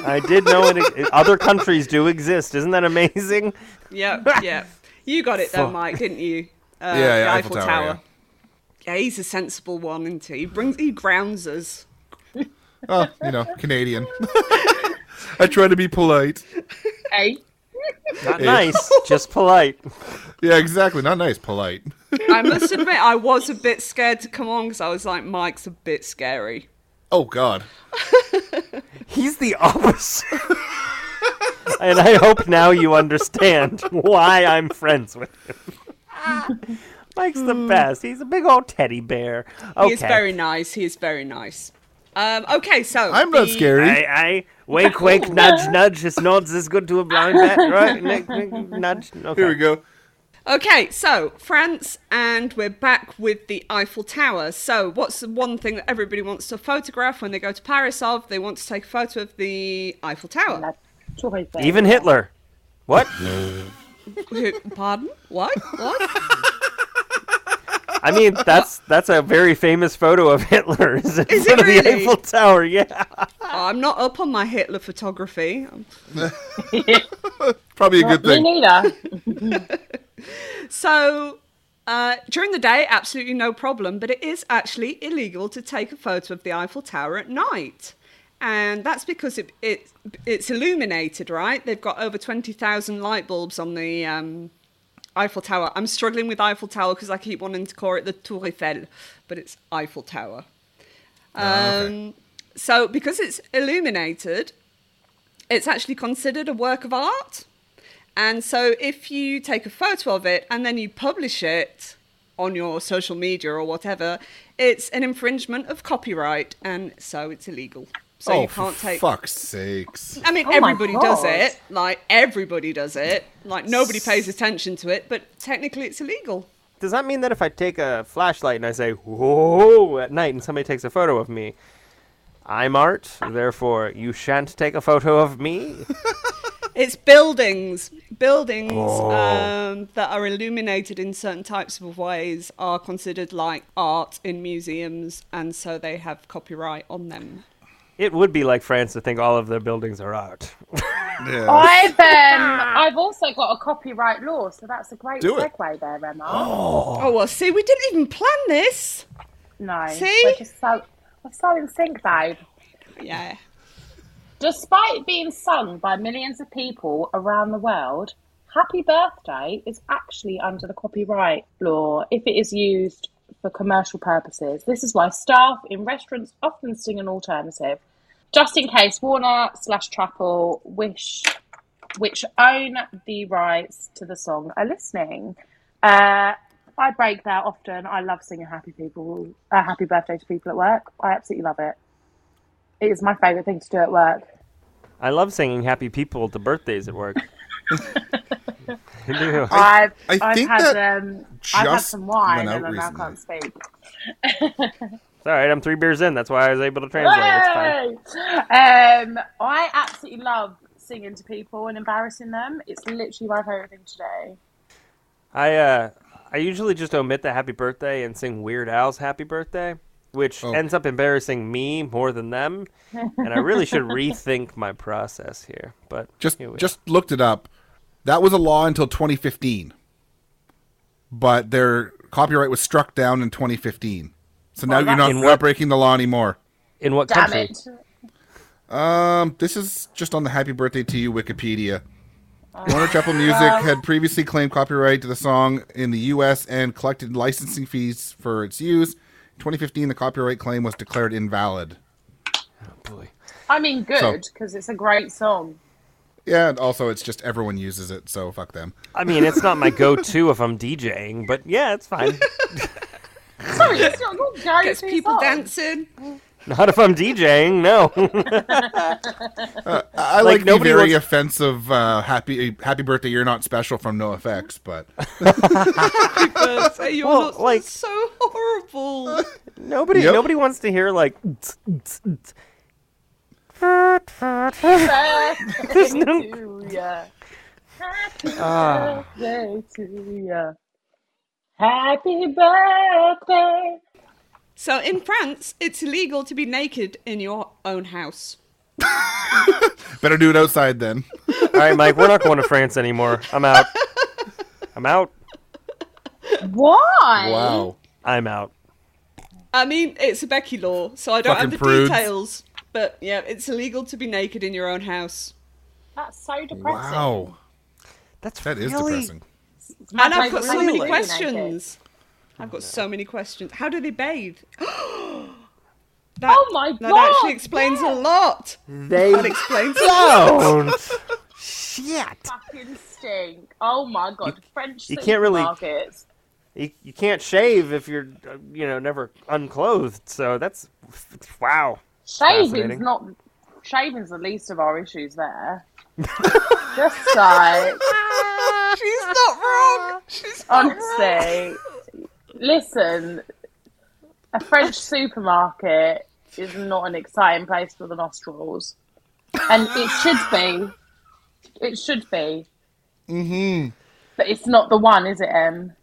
[SPEAKER 1] I did know it, ex- other countries do exist. Isn't that amazing?
[SPEAKER 4] Yeah, yeah. You got it though,
[SPEAKER 1] Fuck.
[SPEAKER 4] Mike, didn't you? [laughs] Uh,
[SPEAKER 2] Yeah, yeah,
[SPEAKER 4] the
[SPEAKER 2] Eiffel Tower,
[SPEAKER 4] Yeah. he's a sensible one, isn't he? He brings he grounds us.
[SPEAKER 2] Oh, you know,
[SPEAKER 4] [laughs]
[SPEAKER 2] Canadian. [laughs] I try to be polite.
[SPEAKER 5] hey.
[SPEAKER 1] Not nice, just polite.
[SPEAKER 2] Yeah, exactly. Not nice, polite.
[SPEAKER 4] I must admit, I was a bit scared to come on because I was like, Mike's a bit scary.
[SPEAKER 2] Oh God.
[SPEAKER 1] He's the opposite. and I hope now you understand why I'm friends with him. Mike's the best. He's a big old teddy bear. Okay.
[SPEAKER 4] He is very nice. He is very nice. Um, okay, so
[SPEAKER 2] I'm not
[SPEAKER 4] the-
[SPEAKER 2] scary.
[SPEAKER 1] Aye, aye. Wink, wink,
[SPEAKER 4] [laughs]
[SPEAKER 1] nudge, nudge. His nods is good to a blind bat, right? Nick, nick, nudge. Okay.
[SPEAKER 2] Here we go.
[SPEAKER 4] Okay, so France, and we're back with the Eiffel Tower. So, what's the one thing that everybody wants to photograph when they go to Paris? Of they want to take a photo of the Eiffel Tower.
[SPEAKER 1] Even Hitler. What?
[SPEAKER 4] Who- Pardon? What? What?
[SPEAKER 1] I mean, that's that's a very famous photo of Hitler. Is in
[SPEAKER 4] Is it
[SPEAKER 1] front of the
[SPEAKER 4] really?
[SPEAKER 1] Eiffel Tower? Yeah.
[SPEAKER 4] I'm not up on my Hitler photography.
[SPEAKER 2] Probably a good
[SPEAKER 5] Me
[SPEAKER 2] thing.
[SPEAKER 5] neither.
[SPEAKER 4] So, uh, during the day, absolutely no problem, but it is actually illegal to take a photo of the Eiffel Tower at night. And that's because it, it it's illuminated, right? They've got over 20,000 light bulbs on the um, Eiffel Tower. I'm struggling with Eiffel Tower because I keep wanting to call it the Tour Eiffel, but it's Eiffel Tower.
[SPEAKER 2] Ah,
[SPEAKER 4] Um, So, because it's illuminated, it's actually considered a work of art. And so if you take a photo of it and then you publish it on your social media or whatever, it's an infringement of copyright and so it's illegal. So
[SPEAKER 2] oh,
[SPEAKER 4] you can't
[SPEAKER 2] for
[SPEAKER 4] take
[SPEAKER 2] fuck's
[SPEAKER 4] [laughs]
[SPEAKER 2] sakes.
[SPEAKER 4] I mean
[SPEAKER 5] Oh my
[SPEAKER 4] everybody does
[SPEAKER 5] God.
[SPEAKER 4] it. Like everybody does it. Like nobody pays attention to it, but technically it's illegal.
[SPEAKER 1] Does that mean that if I take a flashlight and I say "whoa" at night, and somebody takes a photo of me, I'm art. Therefore, you shan't take a photo of me.
[SPEAKER 4] It's buildings. Buildings
[SPEAKER 1] Oh.
[SPEAKER 4] um, that are illuminated in certain types of ways are considered like art in museums, and so they have copyright on them.
[SPEAKER 1] It would be like France to think all of their buildings are art.
[SPEAKER 4] Oh,
[SPEAKER 2] Yeah.
[SPEAKER 5] I've um, I've also got a copyright law, so that's a great
[SPEAKER 2] Do it.
[SPEAKER 5] segue there, Emma.
[SPEAKER 2] [gasps]
[SPEAKER 4] Oh well, see, we didn't even plan this.
[SPEAKER 5] No,
[SPEAKER 4] See?
[SPEAKER 5] we're just so we're so in sync, babe.
[SPEAKER 4] Yeah.
[SPEAKER 5] Despite being sung by millions of people around the world, Happy Birthday is actually under the copyright law if it is used for commercial purposes. This is why staff in restaurants often sing an alternative, just in case Warner slash Chapel wish which own the rights to the song are listening. Uh, I break that often. I love singing happy people, uh, happy birthday to people at work. I absolutely love it. It is my favourite thing to do at work.
[SPEAKER 1] I love singing "Happy People" to birthdays at work. [laughs] I do.
[SPEAKER 5] I've,
[SPEAKER 2] I
[SPEAKER 5] I have
[SPEAKER 2] think
[SPEAKER 5] had,
[SPEAKER 2] that
[SPEAKER 5] um, I've had
[SPEAKER 2] just
[SPEAKER 5] some wine
[SPEAKER 2] went
[SPEAKER 5] and
[SPEAKER 2] out
[SPEAKER 5] I now
[SPEAKER 2] recently.
[SPEAKER 5] can't speak.
[SPEAKER 1] It's all right. I'm three beers in. That's why I was able to translate. It's fine.
[SPEAKER 5] Hey! Um, I absolutely love singing to people and embarrassing them. It's literally my favourite thing to do.
[SPEAKER 1] I uh, I usually just omit the happy birthday and sing Weird Al's happy birthday, which
[SPEAKER 2] Oh.
[SPEAKER 1] ends up embarrassing me more than them. and I really should rethink my process here. But
[SPEAKER 2] Just
[SPEAKER 1] here we are.
[SPEAKER 2] just looked it up. That was a law until 2015. But their copyright was struck down in 2015. So now you're not,
[SPEAKER 1] Oh, In
[SPEAKER 2] not
[SPEAKER 1] what-
[SPEAKER 2] breaking the law anymore.
[SPEAKER 1] in what
[SPEAKER 5] Damn
[SPEAKER 1] country?
[SPEAKER 5] it.
[SPEAKER 2] Um, this is just on the Happy Birthday to You Wikipedia.
[SPEAKER 1] Oh.
[SPEAKER 2] Warner Chapel Music had previously claimed copyright to the song in the U.S. and collected licensing fees for its use. In 2015, the copyright claim was declared invalid.
[SPEAKER 1] Boy.
[SPEAKER 5] I mean, good, because it's a great song.
[SPEAKER 2] Yeah, and also it's just everyone uses it, so fuck them.
[SPEAKER 1] I mean, it's not my go-to if I'm DJing, but yeah, it's
[SPEAKER 2] [laughs]
[SPEAKER 1] fine.
[SPEAKER 5] Sorry, it's not your go
[SPEAKER 4] Gets people dancing.
[SPEAKER 1] not if I'm DJing. No. [laughs]
[SPEAKER 2] I
[SPEAKER 1] Like,
[SPEAKER 2] like, the
[SPEAKER 1] nobody
[SPEAKER 2] very
[SPEAKER 1] wants-
[SPEAKER 2] offensive uh, "Happy Happy Birthday, You're Not Special" from No Effects, but
[SPEAKER 4] People say uh, you're
[SPEAKER 1] Well,
[SPEAKER 4] not
[SPEAKER 1] like-
[SPEAKER 4] so horrible.
[SPEAKER 1] nobody.
[SPEAKER 2] Yep.
[SPEAKER 1] Nobody wants to
[SPEAKER 2] [laughs]
[SPEAKER 1] hear like. "Tsk, tsk, tsk."
[SPEAKER 5] [laughs] There's no. Happy Ah. birthday to you. Happy birthday.
[SPEAKER 4] So in France, it's illegal to be naked in your own house.
[SPEAKER 2] better do it outside then.
[SPEAKER 1] All right, Mike. We're not going to France anymore. I'm out. I'm out.
[SPEAKER 5] Why?
[SPEAKER 2] Wow,
[SPEAKER 1] I'm out.
[SPEAKER 4] I mean, it's a Becky law, so I don't
[SPEAKER 2] Fucking
[SPEAKER 4] have the
[SPEAKER 2] prudes.
[SPEAKER 4] details. But yeah, it's illegal to be naked in your own house.
[SPEAKER 5] That's so depressing.
[SPEAKER 2] wow,
[SPEAKER 1] That's
[SPEAKER 2] that is
[SPEAKER 1] really-
[SPEAKER 2] depressing.
[SPEAKER 4] And I've got so many
[SPEAKER 5] Really?
[SPEAKER 4] questions. I've got so many questions. How do they bathe? [gasps] that,
[SPEAKER 5] Oh my
[SPEAKER 4] That actually
[SPEAKER 5] Oh God,
[SPEAKER 4] explains a
[SPEAKER 5] yeah.
[SPEAKER 4] lot.
[SPEAKER 1] They
[SPEAKER 4] That explains.
[SPEAKER 1] Oh. don't. [laughs] Shit.
[SPEAKER 5] Fucking stink. Oh my god. French
[SPEAKER 1] you can't really-
[SPEAKER 5] supermarkets.
[SPEAKER 1] You, you can't shave if you're, uh, you know, never unclothed. So that's wow. [laughs]
[SPEAKER 5] Shaving's
[SPEAKER 1] Fascinating.
[SPEAKER 5] not. Shaving's the least of our
[SPEAKER 1] [laughs]
[SPEAKER 5] issues there. Just like
[SPEAKER 4] She's not wrong. She's not wrong.
[SPEAKER 5] honestly, listen. A French supermarket is not an exciting place for the nostrils, and it should be. It should be.
[SPEAKER 2] Mm-hmm.
[SPEAKER 5] But it's not the one, is it, Em?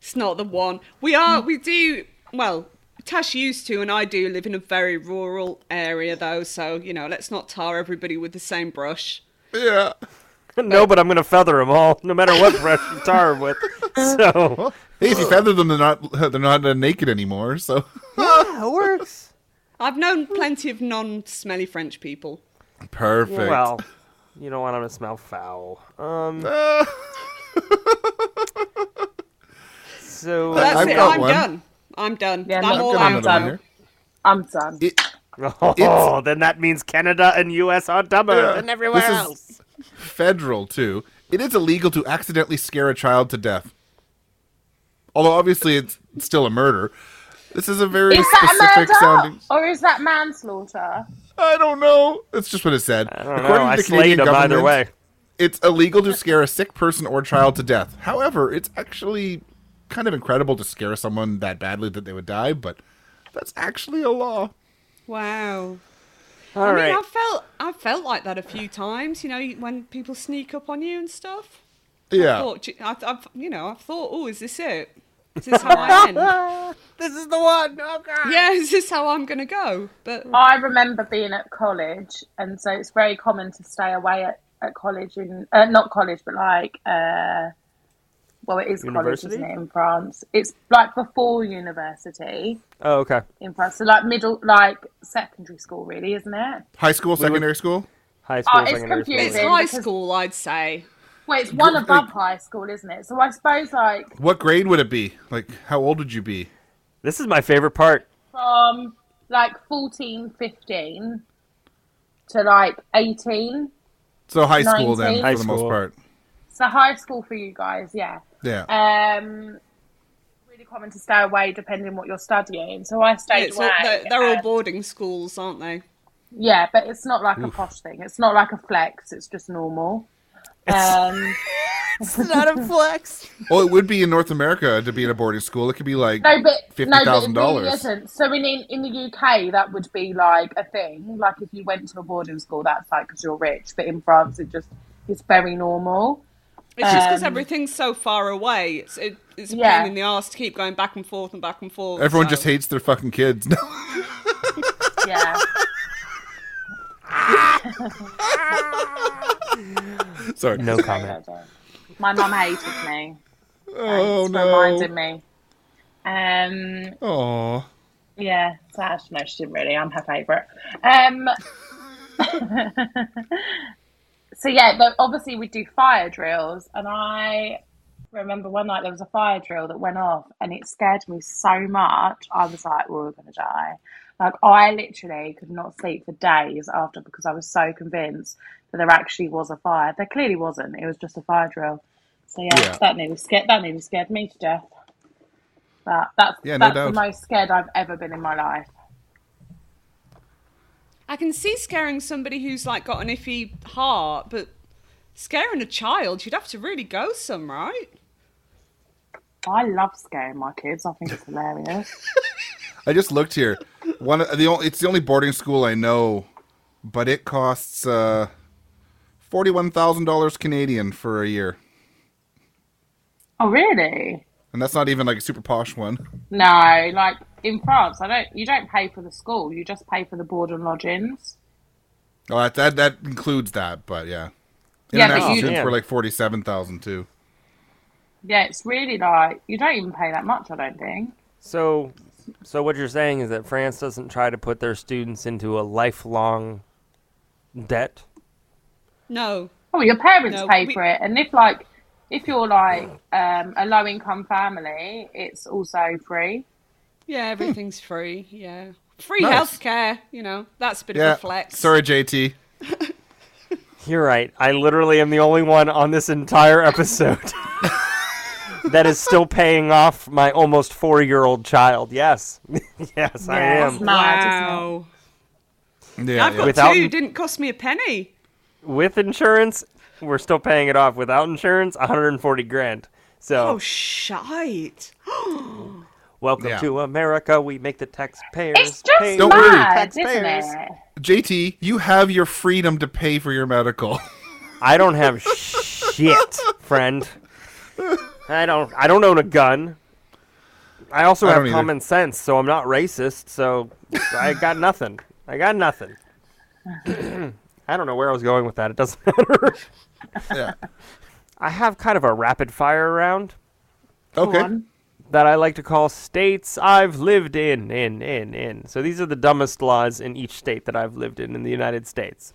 [SPEAKER 4] It's not the one. We are, we do, well, Tash used to, and I do live in a very rural area though, so, you know, let's not tar everybody with the same brush.
[SPEAKER 2] Yeah.
[SPEAKER 1] no, but I'm gonna feather them all, no matter what brush you tar [laughs] 'em with. So
[SPEAKER 2] Hey, if you feather them, they're not they're not uh, naked anymore. So
[SPEAKER 1] yeah, it works.
[SPEAKER 4] I've known plenty of non smelly French people.
[SPEAKER 2] perfect.
[SPEAKER 1] Well, you don't want them to smell foul.
[SPEAKER 2] [laughs]
[SPEAKER 1] Um,
[SPEAKER 2] Uh,
[SPEAKER 1] so
[SPEAKER 4] That's
[SPEAKER 2] I've
[SPEAKER 4] it.
[SPEAKER 2] got
[SPEAKER 4] I'm
[SPEAKER 2] one.
[SPEAKER 4] done. I'm done.
[SPEAKER 5] Yeah,
[SPEAKER 4] I'm
[SPEAKER 5] no,
[SPEAKER 4] all
[SPEAKER 2] got
[SPEAKER 4] out
[SPEAKER 2] another one
[SPEAKER 4] now.
[SPEAKER 2] here.
[SPEAKER 5] I'm done.
[SPEAKER 2] It-
[SPEAKER 1] [laughs] oh,
[SPEAKER 2] It's-
[SPEAKER 1] then that means Canada and U.S. on top of
[SPEAKER 2] Yeah.
[SPEAKER 1] it, and everywhere
[SPEAKER 2] This is-
[SPEAKER 1] else.
[SPEAKER 2] federal too. It is illegal to accidentally scare a child to death. Although obviously it's still a murder. This is a very
[SPEAKER 5] Is that a
[SPEAKER 2] specific
[SPEAKER 5] murder
[SPEAKER 2] sounding.
[SPEAKER 5] or is that manslaughter?
[SPEAKER 2] I don't know. That's just what it said.
[SPEAKER 1] I don't know. I slayed them either way.
[SPEAKER 2] It's illegal to scare a sick person or child to death. However, it's actually kind of incredible to scare someone that badly that they would die, but that's actually a law.
[SPEAKER 4] Wow.
[SPEAKER 1] All
[SPEAKER 4] I mean,
[SPEAKER 1] right.
[SPEAKER 4] I've felt, I've felt like that a few times, you know, when people sneak up on you and stuff.
[SPEAKER 2] Yeah.
[SPEAKER 4] Thought, I've, I've, you know, I've thought, oh, is this it? Is this how
[SPEAKER 2] [laughs]
[SPEAKER 4] I end?
[SPEAKER 1] This is the one. Oh god.
[SPEAKER 4] yeah, is this how I'm going to go? But
[SPEAKER 5] I remember being at college, and so it's very common to stay away at, at college in uh, not college, but like uh, well, it is
[SPEAKER 1] University?
[SPEAKER 5] college, isn't it, in France? It's like before university
[SPEAKER 1] Oh okay.
[SPEAKER 5] in France, so like middle, like secondary school, really, isn't it?
[SPEAKER 2] High school, secondary school?
[SPEAKER 1] High school.
[SPEAKER 5] Oh, it's
[SPEAKER 1] secondary school.
[SPEAKER 4] it's
[SPEAKER 5] confusing.
[SPEAKER 4] high
[SPEAKER 5] because-
[SPEAKER 4] school, I'd say.
[SPEAKER 5] Well, it's one above high school, isn't it? So I suppose like
[SPEAKER 2] What grade would it be? Like how old would you be?
[SPEAKER 1] This is my favorite part.
[SPEAKER 5] from like 14, 15 to like eighteen.
[SPEAKER 2] So high school then
[SPEAKER 5] Nineteen.
[SPEAKER 2] for
[SPEAKER 1] High
[SPEAKER 2] the most
[SPEAKER 1] school.
[SPEAKER 2] part.
[SPEAKER 5] So high school for you guys, yeah.
[SPEAKER 2] Yeah.
[SPEAKER 5] um really common to stay away depending on what you're studying so i stayed
[SPEAKER 4] It's all-
[SPEAKER 5] away
[SPEAKER 4] they're, they're all
[SPEAKER 5] and-
[SPEAKER 4] boarding schools, aren't they?
[SPEAKER 5] yeah but it's not like a posh thing it's not like a flex it's just normal um
[SPEAKER 1] Not a flex.
[SPEAKER 2] Well, it would be in North America to be in a boarding school. It could be like
[SPEAKER 5] no but no but it really
[SPEAKER 2] $50,000.
[SPEAKER 5] isn't so in in the uk that would be like a thing like if you went to a boarding school that's like because you're rich but in france it just it's very normal
[SPEAKER 4] It's just because
[SPEAKER 5] Um,
[SPEAKER 4] everything's so far away. It's, it, it's a
[SPEAKER 5] Yeah.
[SPEAKER 4] pain in the ass to keep going back and forth and back and forth.
[SPEAKER 2] everyone
[SPEAKER 4] so-
[SPEAKER 2] just hates their fucking kids. [laughs]
[SPEAKER 5] yeah
[SPEAKER 2] Sorry.
[SPEAKER 1] No comment.
[SPEAKER 5] my mum hated me
[SPEAKER 2] Oh
[SPEAKER 5] It's reminded
[SPEAKER 2] no.
[SPEAKER 5] me um
[SPEAKER 2] Oh.
[SPEAKER 5] Yeah, so actually, no, she didn't really. I'm her favourite. Um, [laughs] so yeah, but obviously we do fire drills, and I remember one night there was a fire drill that went off, and it scared me so much. I was like, "We're all gonna die." Like I literally could not sleep for days after because I was so convinced that there actually was a fire. There clearly wasn't. It was just a fire drill. So yeah,
[SPEAKER 2] Yeah.
[SPEAKER 5] that nearly scared that nearly scared me to death. But that's
[SPEAKER 2] Yeah, no
[SPEAKER 5] that's the
[SPEAKER 2] doubt.
[SPEAKER 5] most scared I've ever been in my life.
[SPEAKER 4] I can see scaring somebody who's like got an iffy heart, but scaring a child, you'd have to really go some, right?
[SPEAKER 5] I love scaring my kids. I think it's hilarious.
[SPEAKER 2] I just looked here. One of the only, it's the only boarding school I know, but it costs uh, forty-one thousand dollars Canadian for a year,
[SPEAKER 5] oh, really?
[SPEAKER 2] and that's not even like a super posh one.
[SPEAKER 5] No, like in France, I don't. You don't pay for the school. You just pay for the board and lodgings.
[SPEAKER 2] Oh, that that, that includes that, but yeah,
[SPEAKER 5] Yeah, but
[SPEAKER 2] international
[SPEAKER 5] you-
[SPEAKER 2] students
[SPEAKER 1] Yeah.
[SPEAKER 2] were like forty-seven thousand too.
[SPEAKER 5] Yeah, it's really like you don't even pay that much. I don't think.
[SPEAKER 1] So, so what you're saying is that France doesn't try to put their students into a lifelong debt.
[SPEAKER 4] No.
[SPEAKER 5] Oh, your parents
[SPEAKER 4] No,
[SPEAKER 5] pay
[SPEAKER 4] we-
[SPEAKER 5] for it, and if like if you're like um, a low income family, it's also free.
[SPEAKER 4] Yeah, everything's free. Yeah. Free
[SPEAKER 2] Nice.
[SPEAKER 4] healthcare, you know, that's a bit of
[SPEAKER 2] Yeah,
[SPEAKER 4] a flex.
[SPEAKER 2] sorry, JT.
[SPEAKER 1] You're right. I literally am the only one on this entire [laughs] episode that is still paying off my almost four year old child. Yes. [laughs] yes, I
[SPEAKER 5] Yes.
[SPEAKER 1] am.
[SPEAKER 5] Mad, isn't it?
[SPEAKER 4] Wow.
[SPEAKER 2] Yeah,
[SPEAKER 4] I've got
[SPEAKER 1] Without-
[SPEAKER 4] two. Didn't cost me a penny.
[SPEAKER 1] With insurance, we're still paying it off. Without insurance, 140 grand. So,
[SPEAKER 4] Oh, shite. [gasps]
[SPEAKER 1] welcome
[SPEAKER 2] Yeah.
[SPEAKER 1] to America. We make the taxpayers
[SPEAKER 5] It's just
[SPEAKER 1] pay.
[SPEAKER 2] Don't worry.
[SPEAKER 5] mad, isn't
[SPEAKER 1] Taxpayers.
[SPEAKER 5] it?
[SPEAKER 2] JT, you have your freedom to pay for your medical. [laughs]
[SPEAKER 1] I don't have shit, friend. I don't. I don't own a gun. I also
[SPEAKER 2] I
[SPEAKER 1] have
[SPEAKER 2] don't either.
[SPEAKER 1] common sense, so I'm not racist. So I got nothing. I got nothing. [clears throat] I don't know where I was going with that. It doesn't [laughs] matter.
[SPEAKER 2] yeah.
[SPEAKER 1] I have kind of a rapid fire round
[SPEAKER 2] Okay.
[SPEAKER 5] on.
[SPEAKER 1] that I like to call states I've lived in, in, in, in. So these are the dumbest laws in each state that I've lived in in the United States.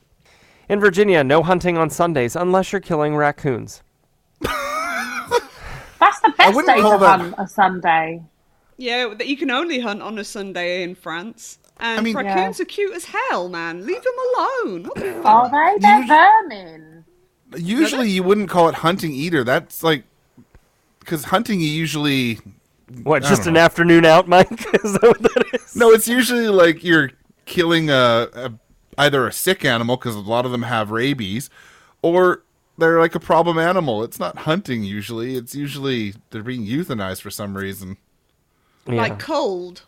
[SPEAKER 1] In Virginia, no hunting on Sundays unless you're killing raccoons.
[SPEAKER 5] That's the best
[SPEAKER 2] wouldn't
[SPEAKER 5] day
[SPEAKER 2] call
[SPEAKER 5] to
[SPEAKER 2] that-
[SPEAKER 5] hunt a Sunday.
[SPEAKER 4] Yeah, that you can only hunt on a Sunday in France. And
[SPEAKER 2] mean-
[SPEAKER 4] raccoons are cute as hell, man. Leave them alone. What the fuck?
[SPEAKER 5] Are they? They're vermin.
[SPEAKER 2] Usually you wouldn't call it hunting either. That's like because hunting you usually
[SPEAKER 1] What,
[SPEAKER 2] I
[SPEAKER 1] just
[SPEAKER 2] don't
[SPEAKER 1] an
[SPEAKER 2] know.
[SPEAKER 1] afternoon out, Mike? [laughs] is that what that is?
[SPEAKER 2] no, it's usually like you're killing a, a either a sick animal because a lot of them have rabies, or they're like a problem animal. It's not hunting usually. It's usually they're being euthanized for some reason.
[SPEAKER 4] Like cold.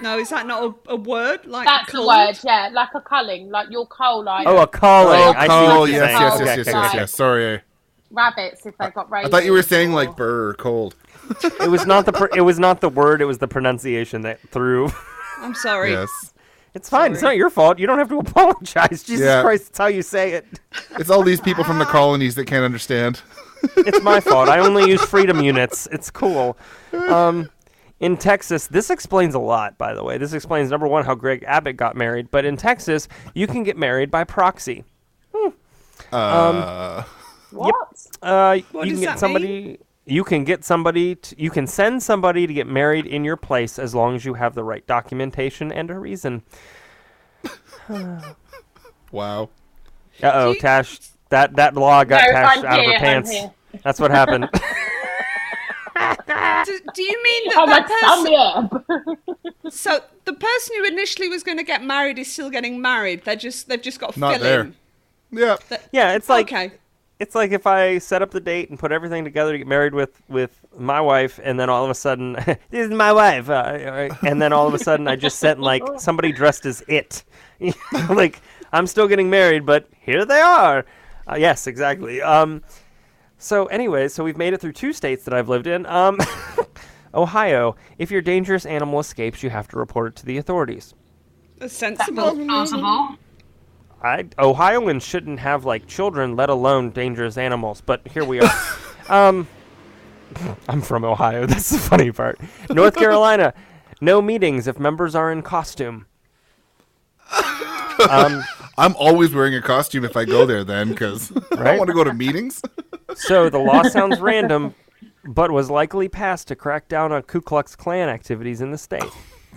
[SPEAKER 4] no, is that not a, a word? Like
[SPEAKER 5] That's the
[SPEAKER 4] cold?
[SPEAKER 5] word, yeah. Like a culling, like your coal, like
[SPEAKER 1] Oh, a calling.
[SPEAKER 2] Oh,
[SPEAKER 1] I see what
[SPEAKER 2] cold.
[SPEAKER 1] you're
[SPEAKER 2] Yes,
[SPEAKER 1] saying.
[SPEAKER 2] yes,
[SPEAKER 1] Okay,
[SPEAKER 2] yes, yes,
[SPEAKER 1] okay,
[SPEAKER 2] yes,
[SPEAKER 1] okay.
[SPEAKER 2] yes. Sorry, I-
[SPEAKER 5] rabbits if they've got rabies.
[SPEAKER 2] I thought you were saying
[SPEAKER 5] or-
[SPEAKER 2] like burr, cold.
[SPEAKER 1] It was not the pr- it was not the word. It was the pronunciation that threw. [laughs]
[SPEAKER 4] I'm sorry.
[SPEAKER 2] Yes,
[SPEAKER 1] It's fine. It's not your fault. You don't have to apologize. [laughs] Jesus
[SPEAKER 2] Yeah.
[SPEAKER 1] Christ, it's how you say it.
[SPEAKER 2] it's all these people [laughs] from the colonies that can't understand.
[SPEAKER 1] It's my fault. I only use freedom units. It's cool. Um, in Texas, this explains a lot, by the way. This explains number one how Greg Abbott got married. But in Texas, you can get married by proxy. Um,
[SPEAKER 2] Uh,
[SPEAKER 5] What?
[SPEAKER 1] Uh,
[SPEAKER 4] What
[SPEAKER 1] you can
[SPEAKER 4] does
[SPEAKER 1] get
[SPEAKER 4] that
[SPEAKER 1] somebody. You can get somebody. To, you can send somebody to get married in your place as long as you have the right documentation and a reason.
[SPEAKER 2] wow.
[SPEAKER 1] Uh oh, Tash. That that law got
[SPEAKER 5] No,
[SPEAKER 1] Tash
[SPEAKER 5] I'm
[SPEAKER 1] out of her
[SPEAKER 5] here, I'm
[SPEAKER 1] pants.
[SPEAKER 5] here.
[SPEAKER 1] That's what
[SPEAKER 5] [laughs]
[SPEAKER 1] happened. [laughs]
[SPEAKER 4] Do, do you mean that,
[SPEAKER 5] Oh my
[SPEAKER 4] that person,
[SPEAKER 5] stomach.
[SPEAKER 4] So the person who initially was going to get married is still getting married. They're just they've just got to
[SPEAKER 2] Not
[SPEAKER 4] fill
[SPEAKER 2] there.
[SPEAKER 4] in.
[SPEAKER 2] Yeah.
[SPEAKER 1] yeah, it's like
[SPEAKER 4] okay.
[SPEAKER 1] it's like if I set up the date and put everything together to get married with with my wife, and then all of a sudden, [laughs] this is my wife, uh, uh, and then all of a sudden, I just sent like somebody dressed as it, [laughs] like I'm still getting married, but here they are. Uh, yes, exactly. Um, so anyway, so we've made it through two states that I've lived in. Um, [laughs] Ohio, if your dangerous animal escapes, you have to report it to the authorities.
[SPEAKER 4] That's sensible.
[SPEAKER 5] Plausible.
[SPEAKER 1] I Ohioans shouldn't have like children, let alone dangerous animals. But here we [laughs] are. um, I'm from Ohio. [laughs] That's the funny part. North Carolina, no meetings if members are in costume. Um,
[SPEAKER 2] I'm always wearing a costume if I go there then because [laughs] I
[SPEAKER 1] Right?
[SPEAKER 2] don't want to go to meetings. [laughs]
[SPEAKER 1] so the law sounds random, but was likely passed to crack down on Ku Klux Klan activities in the state.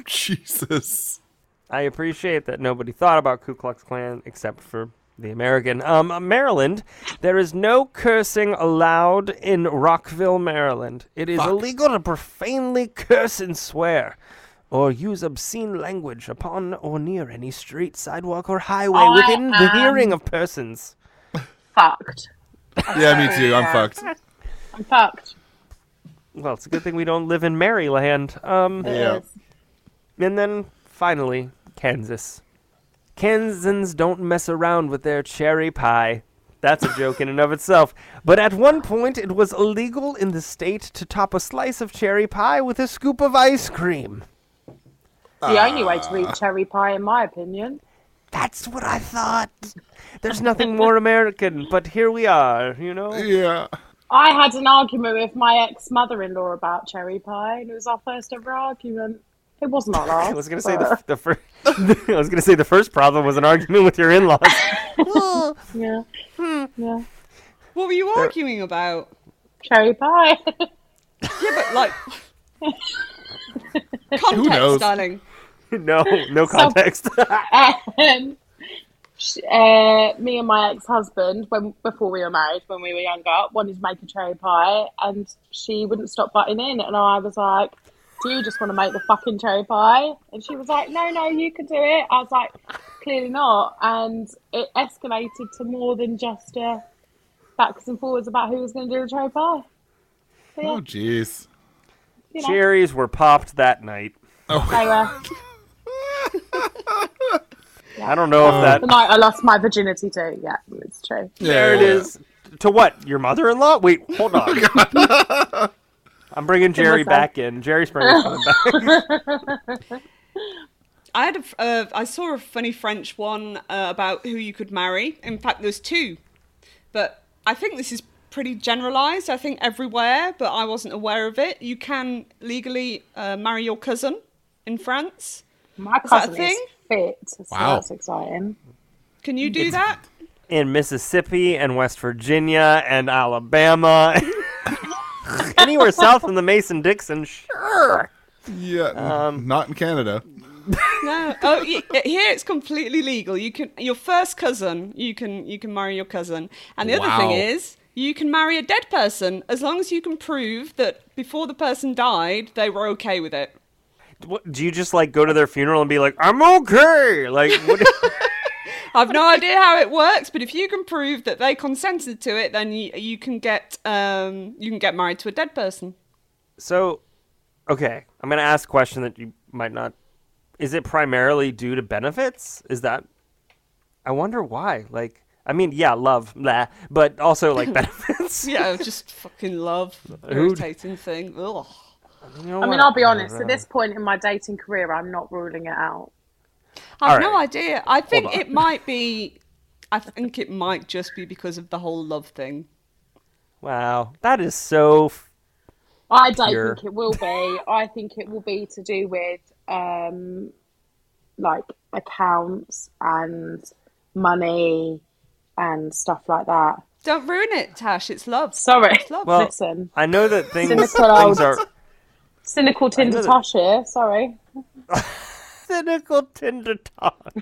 [SPEAKER 2] Jesus.
[SPEAKER 1] I appreciate that nobody thought about Ku Klux Klan except for the American. Um, uh, Maryland, there is no cursing allowed in Rockville, Maryland. It is illegal to profanely curse and swear. Or use obscene language upon or near any street, sidewalk, or highway
[SPEAKER 5] I
[SPEAKER 1] within the
[SPEAKER 5] am-
[SPEAKER 1] hearing of persons.
[SPEAKER 5] Fucked.
[SPEAKER 2] Yeah, me too. I'm fucked.
[SPEAKER 5] I'm fucked.
[SPEAKER 1] Well, it's a good thing we don't live in Maryland. Um,
[SPEAKER 2] Yeah.
[SPEAKER 1] And then finally, Kansas. Kansans don't mess around with their cherry pie. That's a joke in and of itself. But at one point, it was illegal in the state to top a slice of cherry pie with a scoop of ice cream.
[SPEAKER 2] Ah.
[SPEAKER 5] The only way to eat cherry pie, in my opinion.
[SPEAKER 1] That's what I thought. There's nothing more American, but here we are, you know?
[SPEAKER 2] Yeah.
[SPEAKER 5] I had an argument with my ex mother in law about cherry pie, and it was our first ever argument. It
[SPEAKER 2] [laughs]
[SPEAKER 5] wasn't our last.
[SPEAKER 1] I was gonna say the, f- the first. [laughs] I was gonna say the first problem was an argument with your in-laws. [laughs] Well,
[SPEAKER 5] but, yeah. yeah.
[SPEAKER 4] What were you arguing about?
[SPEAKER 5] Cherry pie. [laughs]
[SPEAKER 4] Yeah, but like context,
[SPEAKER 2] knows?
[SPEAKER 4] darling.
[SPEAKER 1] no, no context.
[SPEAKER 5] Um, Sh- Uh, me and my ex-husband, when before we were married, when we were younger, wanted to make a cherry pie, and she wouldn't stop butting in, and I was like, "Do you just want to make the fucking cherry pie?" And she was like, "No, no, you can do it." I was like, "Clearly not," and it escalated to more than just uh, backs and forwards about who was going to do the cherry pie. So, yeah,
[SPEAKER 2] Oh, jeez.
[SPEAKER 5] you
[SPEAKER 1] [laughs]
[SPEAKER 5] know, uh,
[SPEAKER 1] Cherries were popped that night.
[SPEAKER 5] they were-
[SPEAKER 1] I don't know if that.
[SPEAKER 5] the night I lost my virginity too. Yeah, it's true.
[SPEAKER 1] There it is. To what? Your mother-in-law? Wait, hold on. I'm bringing Jerry
[SPEAKER 5] Melissa.
[SPEAKER 1] back in. Jerry Springer's coming back.
[SPEAKER 4] I had a f- uh, I saw a funny French one uh, about who you could marry. In fact, there's two, but I think this is pretty generalised. I think everywhere, but I wasn't aware of it. You can legally uh, marry your cousin in France.
[SPEAKER 5] My
[SPEAKER 4] that a
[SPEAKER 5] cousin
[SPEAKER 4] thing?
[SPEAKER 5] is fit. So
[SPEAKER 2] Wow.
[SPEAKER 5] that's exciting.
[SPEAKER 4] Can you do that?
[SPEAKER 1] In Mississippi and West Virginia and Alabama. [laughs] Anywhere south of the Mason-Dixon, sure.
[SPEAKER 2] Yeah.
[SPEAKER 1] Um,
[SPEAKER 2] not in Canada.
[SPEAKER 4] No. Oh, y- [laughs] here it's completely legal. You can your first cousin. You can you can marry your cousin. And the other thing
[SPEAKER 2] Wow.
[SPEAKER 4] is, you can marry a dead person as long as you can prove that before the person died, they were okay with it.
[SPEAKER 1] What, do you just like go to their funeral and be like, "I'm okay"? Like, what,
[SPEAKER 4] I've no idea how it works, but if you can prove that they consented to it, then you, you can get um, you can get married to a dead person.
[SPEAKER 1] so okay, I'm gonna ask a question that you might not. Is it primarily due to benefits? Is that? I wonder why. Like, I mean, yeah, love, blah, but also like [laughs] benefits.
[SPEAKER 4] Yeah, just fucking love,
[SPEAKER 1] Who'd-
[SPEAKER 4] irritating thing. Ugh.
[SPEAKER 1] You know
[SPEAKER 5] I mean,
[SPEAKER 1] what?
[SPEAKER 5] I'll be honest. At this point in my dating career, I'm not ruling it out.
[SPEAKER 4] I've
[SPEAKER 1] All
[SPEAKER 4] no
[SPEAKER 1] right.
[SPEAKER 4] idea. I think
[SPEAKER 1] on.
[SPEAKER 4] it might be. I think it might just be because of the whole love thing.
[SPEAKER 1] Wow, that is so. F-
[SPEAKER 5] I don't
[SPEAKER 1] Pure.
[SPEAKER 5] think it will be. I think it will be to do with um, like accounts and money and stuff like that.
[SPEAKER 4] Don't ruin it, Tash. It's love.
[SPEAKER 5] Sorry.
[SPEAKER 4] It's love.
[SPEAKER 1] Well-
[SPEAKER 5] Listen,
[SPEAKER 1] I know that things
[SPEAKER 5] Cynical
[SPEAKER 1] things
[SPEAKER 5] old-
[SPEAKER 1] are
[SPEAKER 5] cynical Tinder
[SPEAKER 1] that-
[SPEAKER 5] Tosh here. Sorry.
[SPEAKER 1] [laughs] cynical Tinder talk.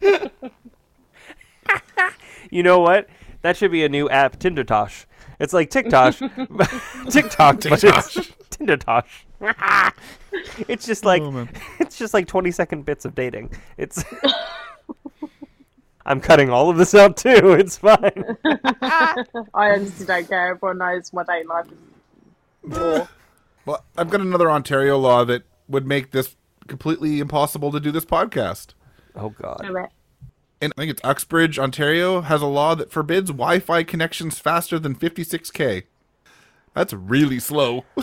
[SPEAKER 1] [laughs] you know what? That should be a new app, Tindertosh. It's like
[SPEAKER 5] [laughs]
[SPEAKER 1] [laughs] TikTosh, [laughs] TikTok, but it's Tindertosh. [laughs] it's just like
[SPEAKER 2] Oh, man.
[SPEAKER 1] [laughs] it's just like twenty second bits of dating.
[SPEAKER 5] [laughs]
[SPEAKER 1] It's. [laughs] I'm cutting all of this out too. It's fine.
[SPEAKER 5] [laughs] I honestly don't care. Everyone knows my date life is war.
[SPEAKER 2] Well, I've got another Ontario law that would make this completely impossible to do this podcast.
[SPEAKER 1] Oh God.
[SPEAKER 5] Do it.
[SPEAKER 2] And I think it's Uxbridge, Ontario, has a law that forbids Wi Fi connections faster than 56K. That's really slow. [laughs]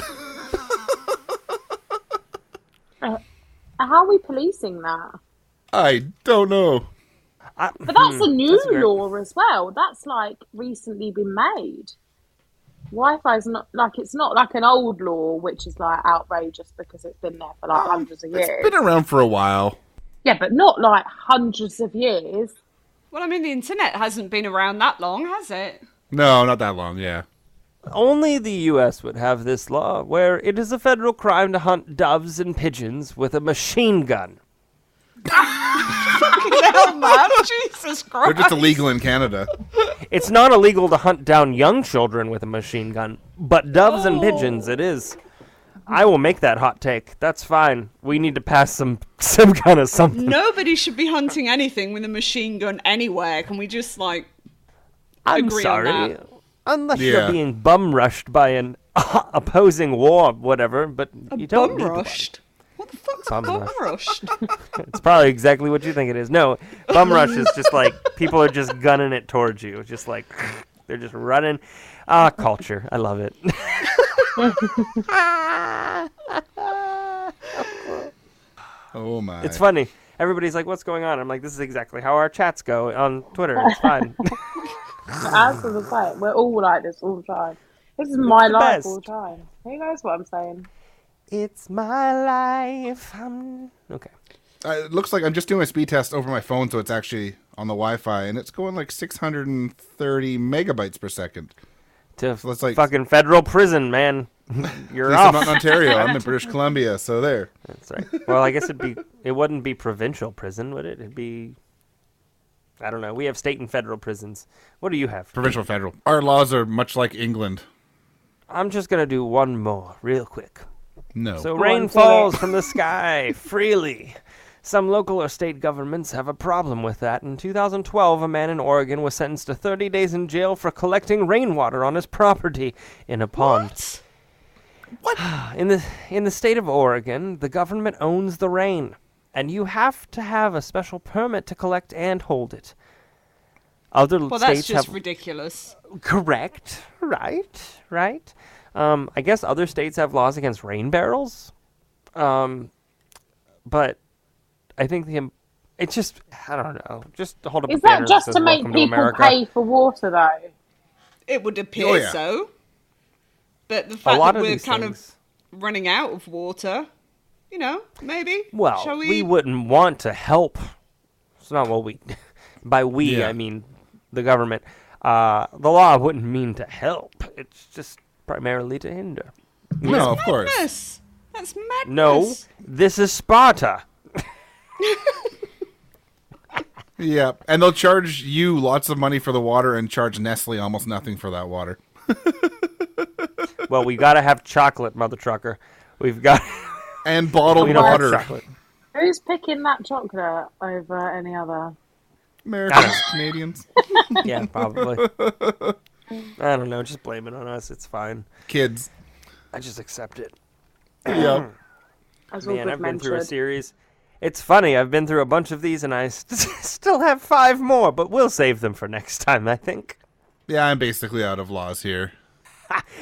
[SPEAKER 5] How are we policing that?
[SPEAKER 2] I don't know.
[SPEAKER 1] I,
[SPEAKER 5] But that's a new
[SPEAKER 1] weird.
[SPEAKER 5] law as well. That's like recently been made. Wi-Fi is not like it's not like an old law, which is like outrageous because it's been there for like hundreds of years.
[SPEAKER 2] Um, It's been around for a while.
[SPEAKER 5] Yeah, but not like hundreds of years.
[SPEAKER 2] [sighs]
[SPEAKER 4] Well, I mean, the internet hasn't been around that long, has it? [laughs]
[SPEAKER 2] No, not that long, yeah.
[SPEAKER 1] Only the US would have this law where it is a federal crime to hunt doves and pigeons with a machine gun.
[SPEAKER 4] Hell, Oh, man, Jesus
[SPEAKER 2] They're
[SPEAKER 4] Christ!
[SPEAKER 2] just illegal in Canada.
[SPEAKER 1] It's not illegal to hunt down young children with a machine gun, but doves and pigeons it is. I will make that hot take. That's fine. We need to pass some [laughs] some kind of something.
[SPEAKER 4] Nobody should be hunting anything with a machine gun anywhere. Can we just like?
[SPEAKER 1] I'm
[SPEAKER 4] agree on
[SPEAKER 1] sorry.
[SPEAKER 4] that.
[SPEAKER 1] Unless
[SPEAKER 2] Yeah.
[SPEAKER 1] you're being bum rushed by an [laughs] opposing war, whatever, but you don't
[SPEAKER 4] bum
[SPEAKER 1] need to-
[SPEAKER 4] rushed. What the fuck's
[SPEAKER 1] Bum
[SPEAKER 4] [laughs] bum, bum rushed?
[SPEAKER 1] It's probably exactly what you think it is. No, bum rush is just like people are just gunning it towards you. It's just like [laughs] they're just running. Ah, culture. I love it.
[SPEAKER 2] Oh, my.
[SPEAKER 1] It's funny. Everybody's like, "What's going on?" I'm like, "This is exactly how our chats go on Twitter. It's fine."
[SPEAKER 5] As I was saying, we're all like this all the time. This is my
[SPEAKER 1] the
[SPEAKER 5] life
[SPEAKER 1] best.
[SPEAKER 5] all the time. Who knows what I'm saying?
[SPEAKER 1] it's my life. I'm... Okay.
[SPEAKER 2] Uh, it looks like I'm just doing a speed test over my phone, so it's actually on the Wi Fi, and it's going like 630 megabytes per second.
[SPEAKER 1] To
[SPEAKER 2] let's, like-
[SPEAKER 1] fucking federal prison,
[SPEAKER 2] [laughs]
[SPEAKER 1] man.
[SPEAKER 2] At
[SPEAKER 1] You're
[SPEAKER 2] least I'm not
[SPEAKER 1] off.
[SPEAKER 2] in Ontario.
[SPEAKER 1] [laughs]
[SPEAKER 2] I'm in British Columbia, so there.
[SPEAKER 1] That's right. Well, I guess it'd be it wouldn't be provincial prison, would it? It'd be I don't know. We have state and federal prisons. What do you have?
[SPEAKER 2] Provincial, federal. Our laws are much like England.
[SPEAKER 1] I'm just gonna do one more, real quick.
[SPEAKER 2] No.
[SPEAKER 1] So rain falls from the sky [laughs] freely. Some local or state governments have a problem with that. In 2012, a man in Oregon was sentenced to 30 days in jail for collecting rainwater on his property in a pond. What? in the in the state of Oregon, the government owns the rain, and you have to have a special permit to collect and hold it. Other
[SPEAKER 4] Well, that's
[SPEAKER 1] states
[SPEAKER 4] just
[SPEAKER 1] have
[SPEAKER 4] ridiculous.
[SPEAKER 1] Correct. Right. Right. Um, I guess other states have laws against rain barrels, um, but I think the it's just I don't know. Just hold up.
[SPEAKER 5] Is
[SPEAKER 1] a banner
[SPEAKER 5] that just
[SPEAKER 1] says,
[SPEAKER 5] to make
[SPEAKER 1] "Welcome
[SPEAKER 5] people
[SPEAKER 1] America."
[SPEAKER 5] pay for water, though?
[SPEAKER 4] It would appear
[SPEAKER 2] Oh, yeah.
[SPEAKER 4] so. But the
[SPEAKER 1] A
[SPEAKER 4] fact
[SPEAKER 1] lot
[SPEAKER 4] that
[SPEAKER 1] of
[SPEAKER 4] we're
[SPEAKER 1] these
[SPEAKER 4] kind
[SPEAKER 1] things.
[SPEAKER 4] of running out of water, you know, maybe.
[SPEAKER 1] Well,
[SPEAKER 4] Shall
[SPEAKER 1] we?
[SPEAKER 4] we?
[SPEAKER 1] wouldn't want to help. It's not what we. [laughs] By we,
[SPEAKER 2] Yeah.
[SPEAKER 1] I mean the government. Uh, the law wouldn't mean to help. It's just primarily to hinder.
[SPEAKER 2] no, of course.
[SPEAKER 4] Madness. That's madness.
[SPEAKER 1] No, this is Sparta.
[SPEAKER 2] Yeah, and they'll charge you lots of money for the water and charge Nestle almost nothing for that water.
[SPEAKER 1] Well, we gotta have chocolate, mother trucker. We've got [laughs]
[SPEAKER 2] And bottled
[SPEAKER 1] we don't have
[SPEAKER 2] water.
[SPEAKER 1] chocolate.
[SPEAKER 5] Who's picking that chocolate over any other?
[SPEAKER 1] [laughs]
[SPEAKER 2] Americans, Canadians,
[SPEAKER 1] Yeah, probably. I don't know. Just blame it on us. It's fine.
[SPEAKER 2] kids.
[SPEAKER 1] I just accept it.
[SPEAKER 2] Yeah.
[SPEAKER 5] As all
[SPEAKER 1] Man,
[SPEAKER 5] good
[SPEAKER 1] I've
[SPEAKER 5] men
[SPEAKER 1] been through a
[SPEAKER 5] should.
[SPEAKER 1] series. It's funny. I've been through a bunch of these, and I [laughs] st- still have five more. But we'll save them for next time. I think.
[SPEAKER 2] Yeah, I'm basically out of laws here.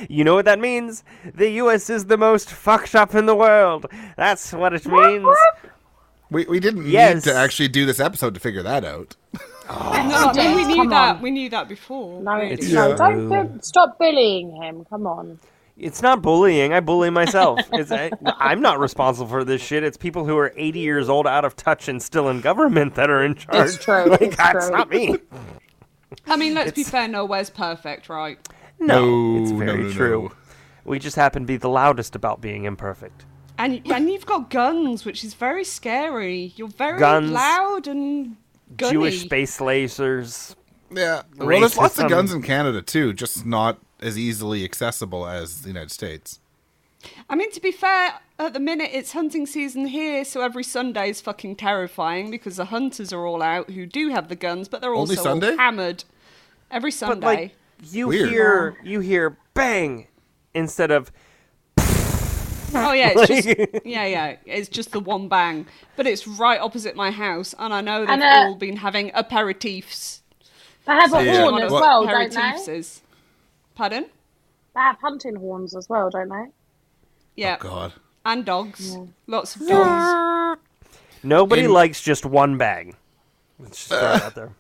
[SPEAKER 1] You know what that means? The U.S. is the most fucked up in the world. That's what it means.
[SPEAKER 2] We, we didn't
[SPEAKER 1] Yes.
[SPEAKER 2] need to actually do this episode to figure that out.
[SPEAKER 4] No, no, we knew
[SPEAKER 5] Come
[SPEAKER 4] that.
[SPEAKER 5] on.
[SPEAKER 4] We knew that before.
[SPEAKER 5] No,
[SPEAKER 1] It's
[SPEAKER 5] no,
[SPEAKER 1] true.
[SPEAKER 5] don't bu- stop bullying him. Come on.
[SPEAKER 1] It's not bullying. I bully myself. It's, I, I'm not responsible for this shit. It's people who are 80 years old, out of touch, and still in government that are in charge. [laughs]
[SPEAKER 5] It's true,
[SPEAKER 1] Like,
[SPEAKER 5] it's
[SPEAKER 1] that's
[SPEAKER 5] true.
[SPEAKER 1] not me.
[SPEAKER 4] I mean, let's be fair. Nowhere's perfect, right?
[SPEAKER 1] No, it's
[SPEAKER 2] No, no,
[SPEAKER 1] very
[SPEAKER 2] no,
[SPEAKER 1] true.
[SPEAKER 2] no.
[SPEAKER 1] We just happen to be the loudest about being imperfect.
[SPEAKER 4] And and you've got guns, which is very scary. You're very
[SPEAKER 1] Guns.
[SPEAKER 4] loud and gunny.
[SPEAKER 1] Jewish space lasers.
[SPEAKER 2] Yeah. Well, there's lots
[SPEAKER 1] Racism.
[SPEAKER 2] of guns in Canada too, just not as easily accessible as the United States.
[SPEAKER 4] I mean, to be fair, at the minute it's hunting season here, so every Sunday is fucking terrifying because the hunters are all out who do have the guns, but they're
[SPEAKER 2] Only
[SPEAKER 4] also all
[SPEAKER 2] Sunday?
[SPEAKER 4] hammered every Sunday.
[SPEAKER 1] But like you
[SPEAKER 2] Weird.
[SPEAKER 1] hear you hear bang instead of
[SPEAKER 4] oh yeah, it's
[SPEAKER 5] [laughs]
[SPEAKER 4] just yeah, yeah, it's just the one bang, but it's right opposite my house, and I know they've
[SPEAKER 5] And, uh,
[SPEAKER 4] all been having aperitifs.
[SPEAKER 5] They have a
[SPEAKER 2] Yeah. Oh,
[SPEAKER 5] horn
[SPEAKER 4] One
[SPEAKER 5] as
[SPEAKER 4] of
[SPEAKER 2] Well-
[SPEAKER 5] well, don't
[SPEAKER 4] aperitifs
[SPEAKER 5] they?
[SPEAKER 4] is. Pardon?
[SPEAKER 5] They have hunting horns as well, don't they?
[SPEAKER 4] Yeah,
[SPEAKER 2] God.
[SPEAKER 4] and dogs. Lots of dogs.
[SPEAKER 1] nobody
[SPEAKER 2] In-
[SPEAKER 1] likes just one bang. Let's just throw it out there.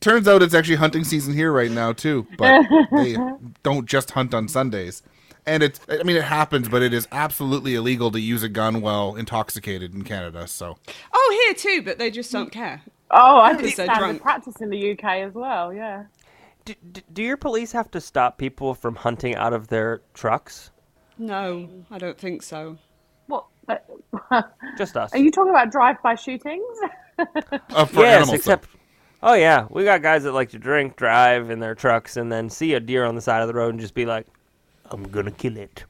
[SPEAKER 2] Turns out it's actually hunting season here right now too, but they don't just hunt on Sundays. And it's I mean it happens, but it is absolutely illegal to use a gun while intoxicated in Canada, so
[SPEAKER 4] Oh, here too, but they just don't care.
[SPEAKER 5] Oh, I
[SPEAKER 4] Because they're
[SPEAKER 5] understand the
[SPEAKER 4] drunk.
[SPEAKER 5] practice in the UK as well. Yeah.
[SPEAKER 1] Do, do, do your police have to stop people from hunting out of their trucks?
[SPEAKER 4] No, I don't think so.
[SPEAKER 5] What? But,
[SPEAKER 1] Just us.
[SPEAKER 5] are you talking about drive-by shootings?
[SPEAKER 2] uh, for
[SPEAKER 1] yes,
[SPEAKER 2] animals. though.
[SPEAKER 1] except. Oh yeah, we got guys that like to drink, drive in their trucks, and then see a deer on the side of the road and just be like, "I'm gonna kill it."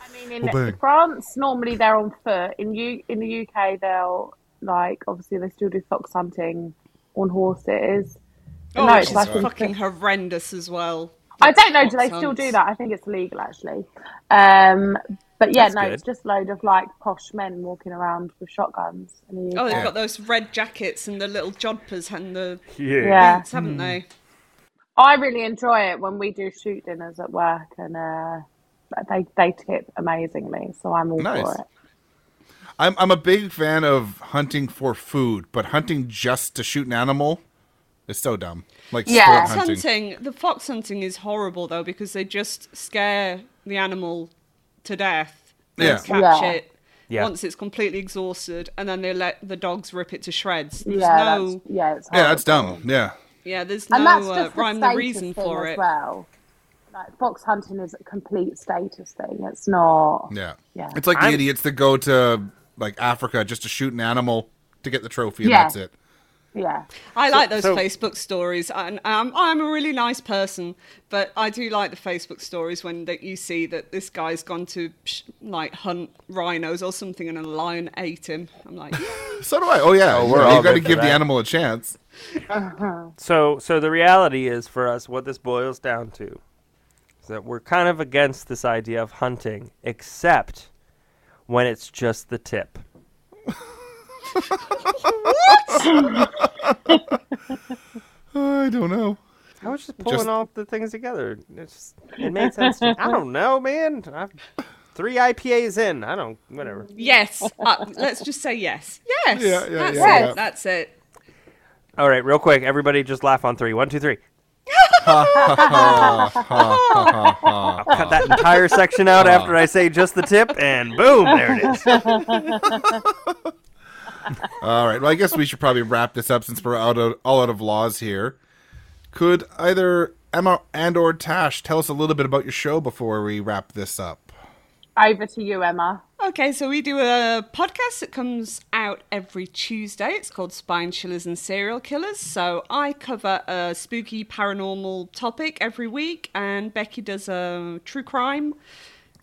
[SPEAKER 5] I mean, in
[SPEAKER 2] Well, bang.
[SPEAKER 5] France, normally they're on foot. In U- in the UK, they'll like obviously they still do fox hunting on horses.
[SPEAKER 4] Oh,
[SPEAKER 5] No,
[SPEAKER 4] which
[SPEAKER 5] it's
[SPEAKER 4] is
[SPEAKER 5] like-
[SPEAKER 4] fucking horrendous as well.
[SPEAKER 5] I don't know. Do they
[SPEAKER 4] Fox
[SPEAKER 5] still do
[SPEAKER 4] hunts.
[SPEAKER 5] that? I think it's illegal actually. Um, but yeah,
[SPEAKER 1] That's
[SPEAKER 5] no,
[SPEAKER 1] good.
[SPEAKER 5] it's just a load of like posh men walking around with shotguns. In the
[SPEAKER 4] Oh,
[SPEAKER 5] UK.
[SPEAKER 4] they've got those red jackets and the little jodhpurs and the
[SPEAKER 5] yeah,
[SPEAKER 4] boots,
[SPEAKER 2] Hmm.
[SPEAKER 4] haven't they?
[SPEAKER 5] I really enjoy it when we do shoot dinners at work, and uh, they they tip amazingly. So I'm all
[SPEAKER 2] Nice.
[SPEAKER 5] for it.
[SPEAKER 2] I'm I'm a big fan of hunting for food, but hunting just to shoot an animal is so dumb. Like
[SPEAKER 5] Yeah.
[SPEAKER 2] sport
[SPEAKER 4] Fox
[SPEAKER 2] hunting.
[SPEAKER 4] hunting. The fox hunting is horrible though because they just scare the animal to death. They
[SPEAKER 2] Yeah.
[SPEAKER 4] catch
[SPEAKER 5] Yeah.
[SPEAKER 4] it
[SPEAKER 1] Yeah.
[SPEAKER 4] once it's completely exhausted, and then they let the dogs rip it to shreds. There's
[SPEAKER 5] Yeah,
[SPEAKER 4] no,
[SPEAKER 5] that's, yeah, it's
[SPEAKER 2] Yeah, that's
[SPEAKER 5] horrible.
[SPEAKER 2] dumb. Yeah.
[SPEAKER 4] yeah, there's
[SPEAKER 5] and
[SPEAKER 4] no
[SPEAKER 5] that's
[SPEAKER 4] uh,
[SPEAKER 5] just the
[SPEAKER 4] rhyme the
[SPEAKER 5] status
[SPEAKER 4] reason
[SPEAKER 5] thing
[SPEAKER 4] for
[SPEAKER 5] as
[SPEAKER 4] it.
[SPEAKER 5] well. Like fox hunting is a complete status thing. It's not.
[SPEAKER 2] Yeah.
[SPEAKER 5] Yeah.
[SPEAKER 2] It's like
[SPEAKER 1] I'm-
[SPEAKER 2] the idiots that go to like Africa just to shoot an animal to get the trophy and
[SPEAKER 5] Yeah.
[SPEAKER 2] that's it.
[SPEAKER 5] Yeah.
[SPEAKER 4] I like those
[SPEAKER 1] so-
[SPEAKER 4] Facebook stories, and um, I'm a really nice person, but I do like the Facebook stories when that you see that this guy's gone to psh, like hunt rhinos or something, and a lion ate him. I'm like,
[SPEAKER 1] [laughs]
[SPEAKER 2] So do I. Oh yeah,
[SPEAKER 1] we're all
[SPEAKER 2] you got to
[SPEAKER 1] good for
[SPEAKER 2] give the
[SPEAKER 1] that.
[SPEAKER 2] animal a chance.
[SPEAKER 1] So, so the reality is for us, what this boils down to is that we're kind of against this idea of hunting, except when it's just the tip.
[SPEAKER 2] I don't know.
[SPEAKER 1] I was just pulling
[SPEAKER 2] Just-
[SPEAKER 1] all the things together. It's just, it made sense. [laughs] to me. I don't know, man. I've three IPAs in. I don't. Whatever.
[SPEAKER 4] yes, uh, let's just say yes, yes,
[SPEAKER 2] Yeah, yeah,
[SPEAKER 4] that's
[SPEAKER 2] yeah,
[SPEAKER 4] it,
[SPEAKER 2] yeah.
[SPEAKER 4] that's it.
[SPEAKER 1] All right, real quick. Everybody, just laugh on three. One, two, three. I'll cut that entire section out after I say just the tip, and boom, there it is.
[SPEAKER 2] All right. Well, I guess we should probably wrap this up since we're out of all out of laws here. Could either Emma and or Tash tell us a little bit about your show before we wrap this up?
[SPEAKER 5] Over to you, Emma.
[SPEAKER 4] Okay, so we do a podcast that comes out every Tuesday. It's called Spine Chillers and Serial Killers. So I cover a spooky paranormal topic every week, and Becky does a true crime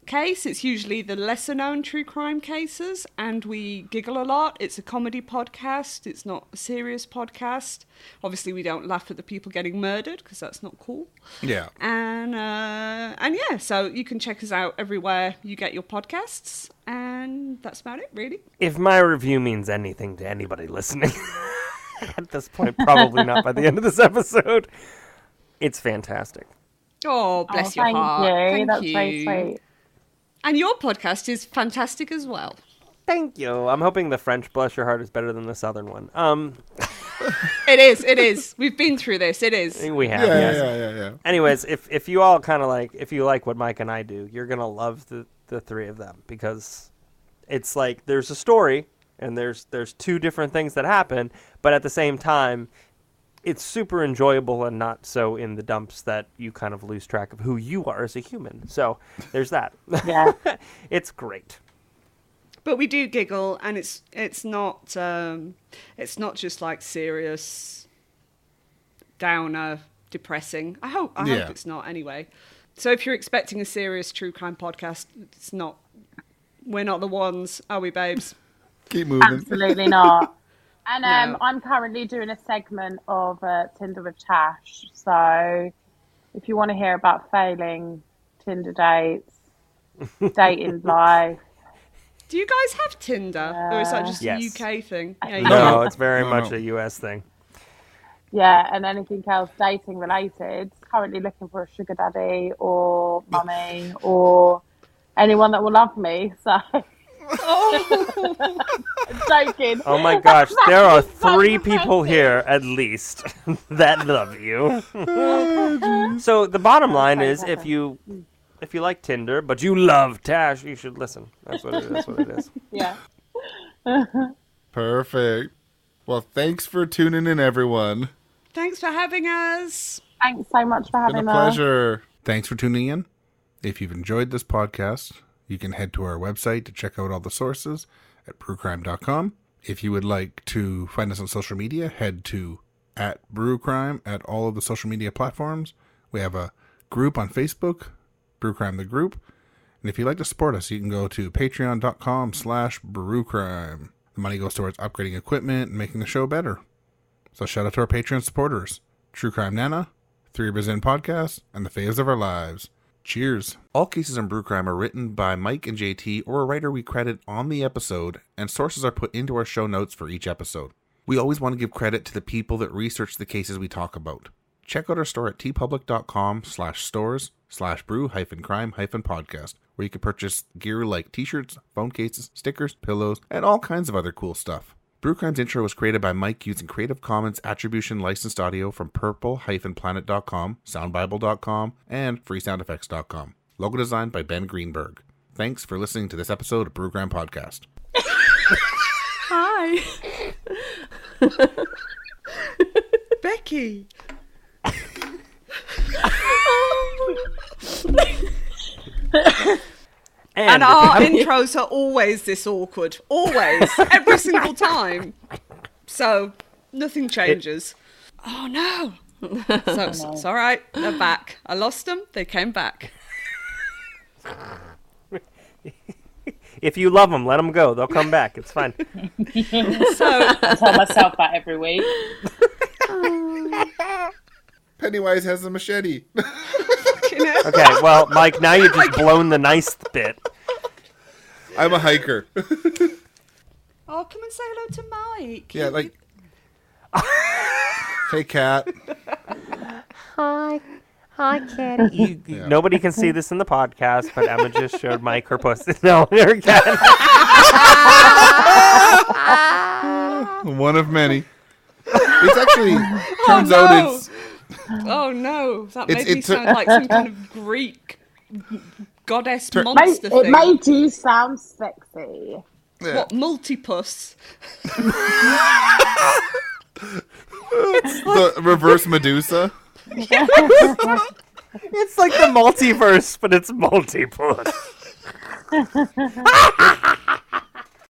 [SPEAKER 4] case. It's usually the lesser known true crime cases, and we giggle a lot. It's a comedy podcast, it's not a serious podcast. Obviously, we don't laugh at the people getting murdered because that's not cool
[SPEAKER 2] Yeah.
[SPEAKER 4] and uh, and yeah, so you can check us out everywhere you get your podcasts, and that's about it, really.
[SPEAKER 1] If my review means anything to anybody listening, [laughs] at this point, probably not by the end of this episode, it's fantastic.
[SPEAKER 4] Oh,
[SPEAKER 5] Oh,
[SPEAKER 4] bless your
[SPEAKER 5] thank
[SPEAKER 4] heart.
[SPEAKER 5] you.
[SPEAKER 4] Thank
[SPEAKER 5] That's
[SPEAKER 4] you.
[SPEAKER 5] very sweet.
[SPEAKER 4] And your podcast is fantastic as well.
[SPEAKER 1] Thank you. I'm hoping the French blush your heart is better than the southern one. Um,
[SPEAKER 4] It is. It is. We've been through this. It is.
[SPEAKER 1] we have.
[SPEAKER 2] Yeah, yeah,
[SPEAKER 1] yes.
[SPEAKER 2] yeah, yeah, yeah.
[SPEAKER 1] Anyways, if if you all kind of like if you like what Mike and I do, you're gonna love the the three of them because it's like there's a story and there's there's two different things that happen, but at the same time, it's super enjoyable and not so in the dumps that you kind of lose track of who you are as a human. So there's that. [laughs]
[SPEAKER 5] Yeah.
[SPEAKER 1] it's great.
[SPEAKER 4] But we do giggle, and it's it's not um, it's not just like serious, downer, depressing. I hope I
[SPEAKER 2] Yeah.
[SPEAKER 4] hope it's not anyway. So if you're expecting a serious true crime podcast, it's not. We're not the ones, are we, babes?
[SPEAKER 2] Keep moving.
[SPEAKER 5] Absolutely not.
[SPEAKER 2] [laughs]
[SPEAKER 5] And um,
[SPEAKER 4] No.
[SPEAKER 5] I'm currently doing a segment of uh, Tinder with Tash. So if you want to hear about failing Tinder dates,
[SPEAKER 2] [laughs]
[SPEAKER 5] dating life,
[SPEAKER 4] Do you guys have Tinder, or is that just
[SPEAKER 1] Yes.
[SPEAKER 4] a UK thing? Yeah, you
[SPEAKER 1] No,
[SPEAKER 2] No.
[SPEAKER 1] it's very
[SPEAKER 2] No,
[SPEAKER 1] much
[SPEAKER 2] no.
[SPEAKER 1] a US thing.
[SPEAKER 5] yeah, and anything else dating related, currently looking for a sugar daddy or
[SPEAKER 2] [laughs]
[SPEAKER 5] mummy or anyone that will love me. So.
[SPEAKER 2] Oh.
[SPEAKER 5] [laughs] joking.
[SPEAKER 1] Oh my gosh, there are
[SPEAKER 5] That's the
[SPEAKER 1] three people
[SPEAKER 5] thing.
[SPEAKER 1] here at least [laughs] that love you. so the bottom line is if you if you like Tinder but you love Tash, you should listen. That's what it, that's what it is.
[SPEAKER 5] Yeah.
[SPEAKER 2] Perfect. Well, thanks for tuning in, everyone.
[SPEAKER 4] Thanks for having us.
[SPEAKER 5] Thanks so much for having
[SPEAKER 2] Been a
[SPEAKER 5] us.
[SPEAKER 2] pleasure. Thanks for tuning in. If you've enjoyed this podcast, you can head to our website to check out all the sources at brewcrime.com. If you would like to find us on social media, head to at brewcrime at all of the social media platforms. We have a group on Facebook, Brewcrime the Group. And if you'd like to support us, you can go to patreon.com slash brewcrime. The money goes towards upgrading equipment and making the show better. So shout out to our Patreon supporters, True Crime Nana, Three Beers In Podcast, and the Faves of Our Lives. Cheers. All cases on Brew Crime are written by Mike and JT or a writer we credit on the episode, and sources are put into our show notes for each episode. We always want to give credit to the people that research the cases we talk about. Check out our store at tpublic.com slash stores slash brew hyphen crime hyphen podcast, where you can purchase gear like t-shirts, phone cases, stickers, pillows, and all kinds of other cool stuff. Brewcrime's intro was created by Mike using Creative Commons attribution licensed audio from purple-planet.com, soundbible.com, and freesoundeffects.com. Logo designed by Ben Greenberg. Thanks for listening to this episode of Brewcrime Podcast.
[SPEAKER 6] Hi.
[SPEAKER 4] Becky.
[SPEAKER 1] And,
[SPEAKER 4] And our intros are always this awkward. Always. Every single time. So Nothing changes. Oh no! so, it's- it's all right. They're back. I lost them. They came back.
[SPEAKER 1] If you love them, let them go. They'll come back. It's fine.
[SPEAKER 4] So
[SPEAKER 5] I tell myself that every week.
[SPEAKER 2] Pennywise has a machete.
[SPEAKER 1] Okay, well, Mike, now you've just blown the nice bit.
[SPEAKER 2] [laughs] I'm a hiker.
[SPEAKER 4] Oh, come and say hello to Mike.
[SPEAKER 2] Yeah, [laughs] like. hey, cat.
[SPEAKER 1] You- Nobody can see this in the podcast, but Emma just showed Mike her [laughs] post-it note again.
[SPEAKER 2] One of [laughs] many. It's actually turns out
[SPEAKER 4] no.
[SPEAKER 2] it's
[SPEAKER 4] Oh no, that
[SPEAKER 2] It's-
[SPEAKER 4] made me
[SPEAKER 2] it's a-
[SPEAKER 4] sound like some kind of Greek goddess
[SPEAKER 5] Made-
[SPEAKER 4] monster
[SPEAKER 5] it
[SPEAKER 4] thing.
[SPEAKER 5] made you sound sexy.
[SPEAKER 4] What multipus?
[SPEAKER 2] the reverse Medusa.
[SPEAKER 1] [laughs] It's like the multiverse, but it's multiple.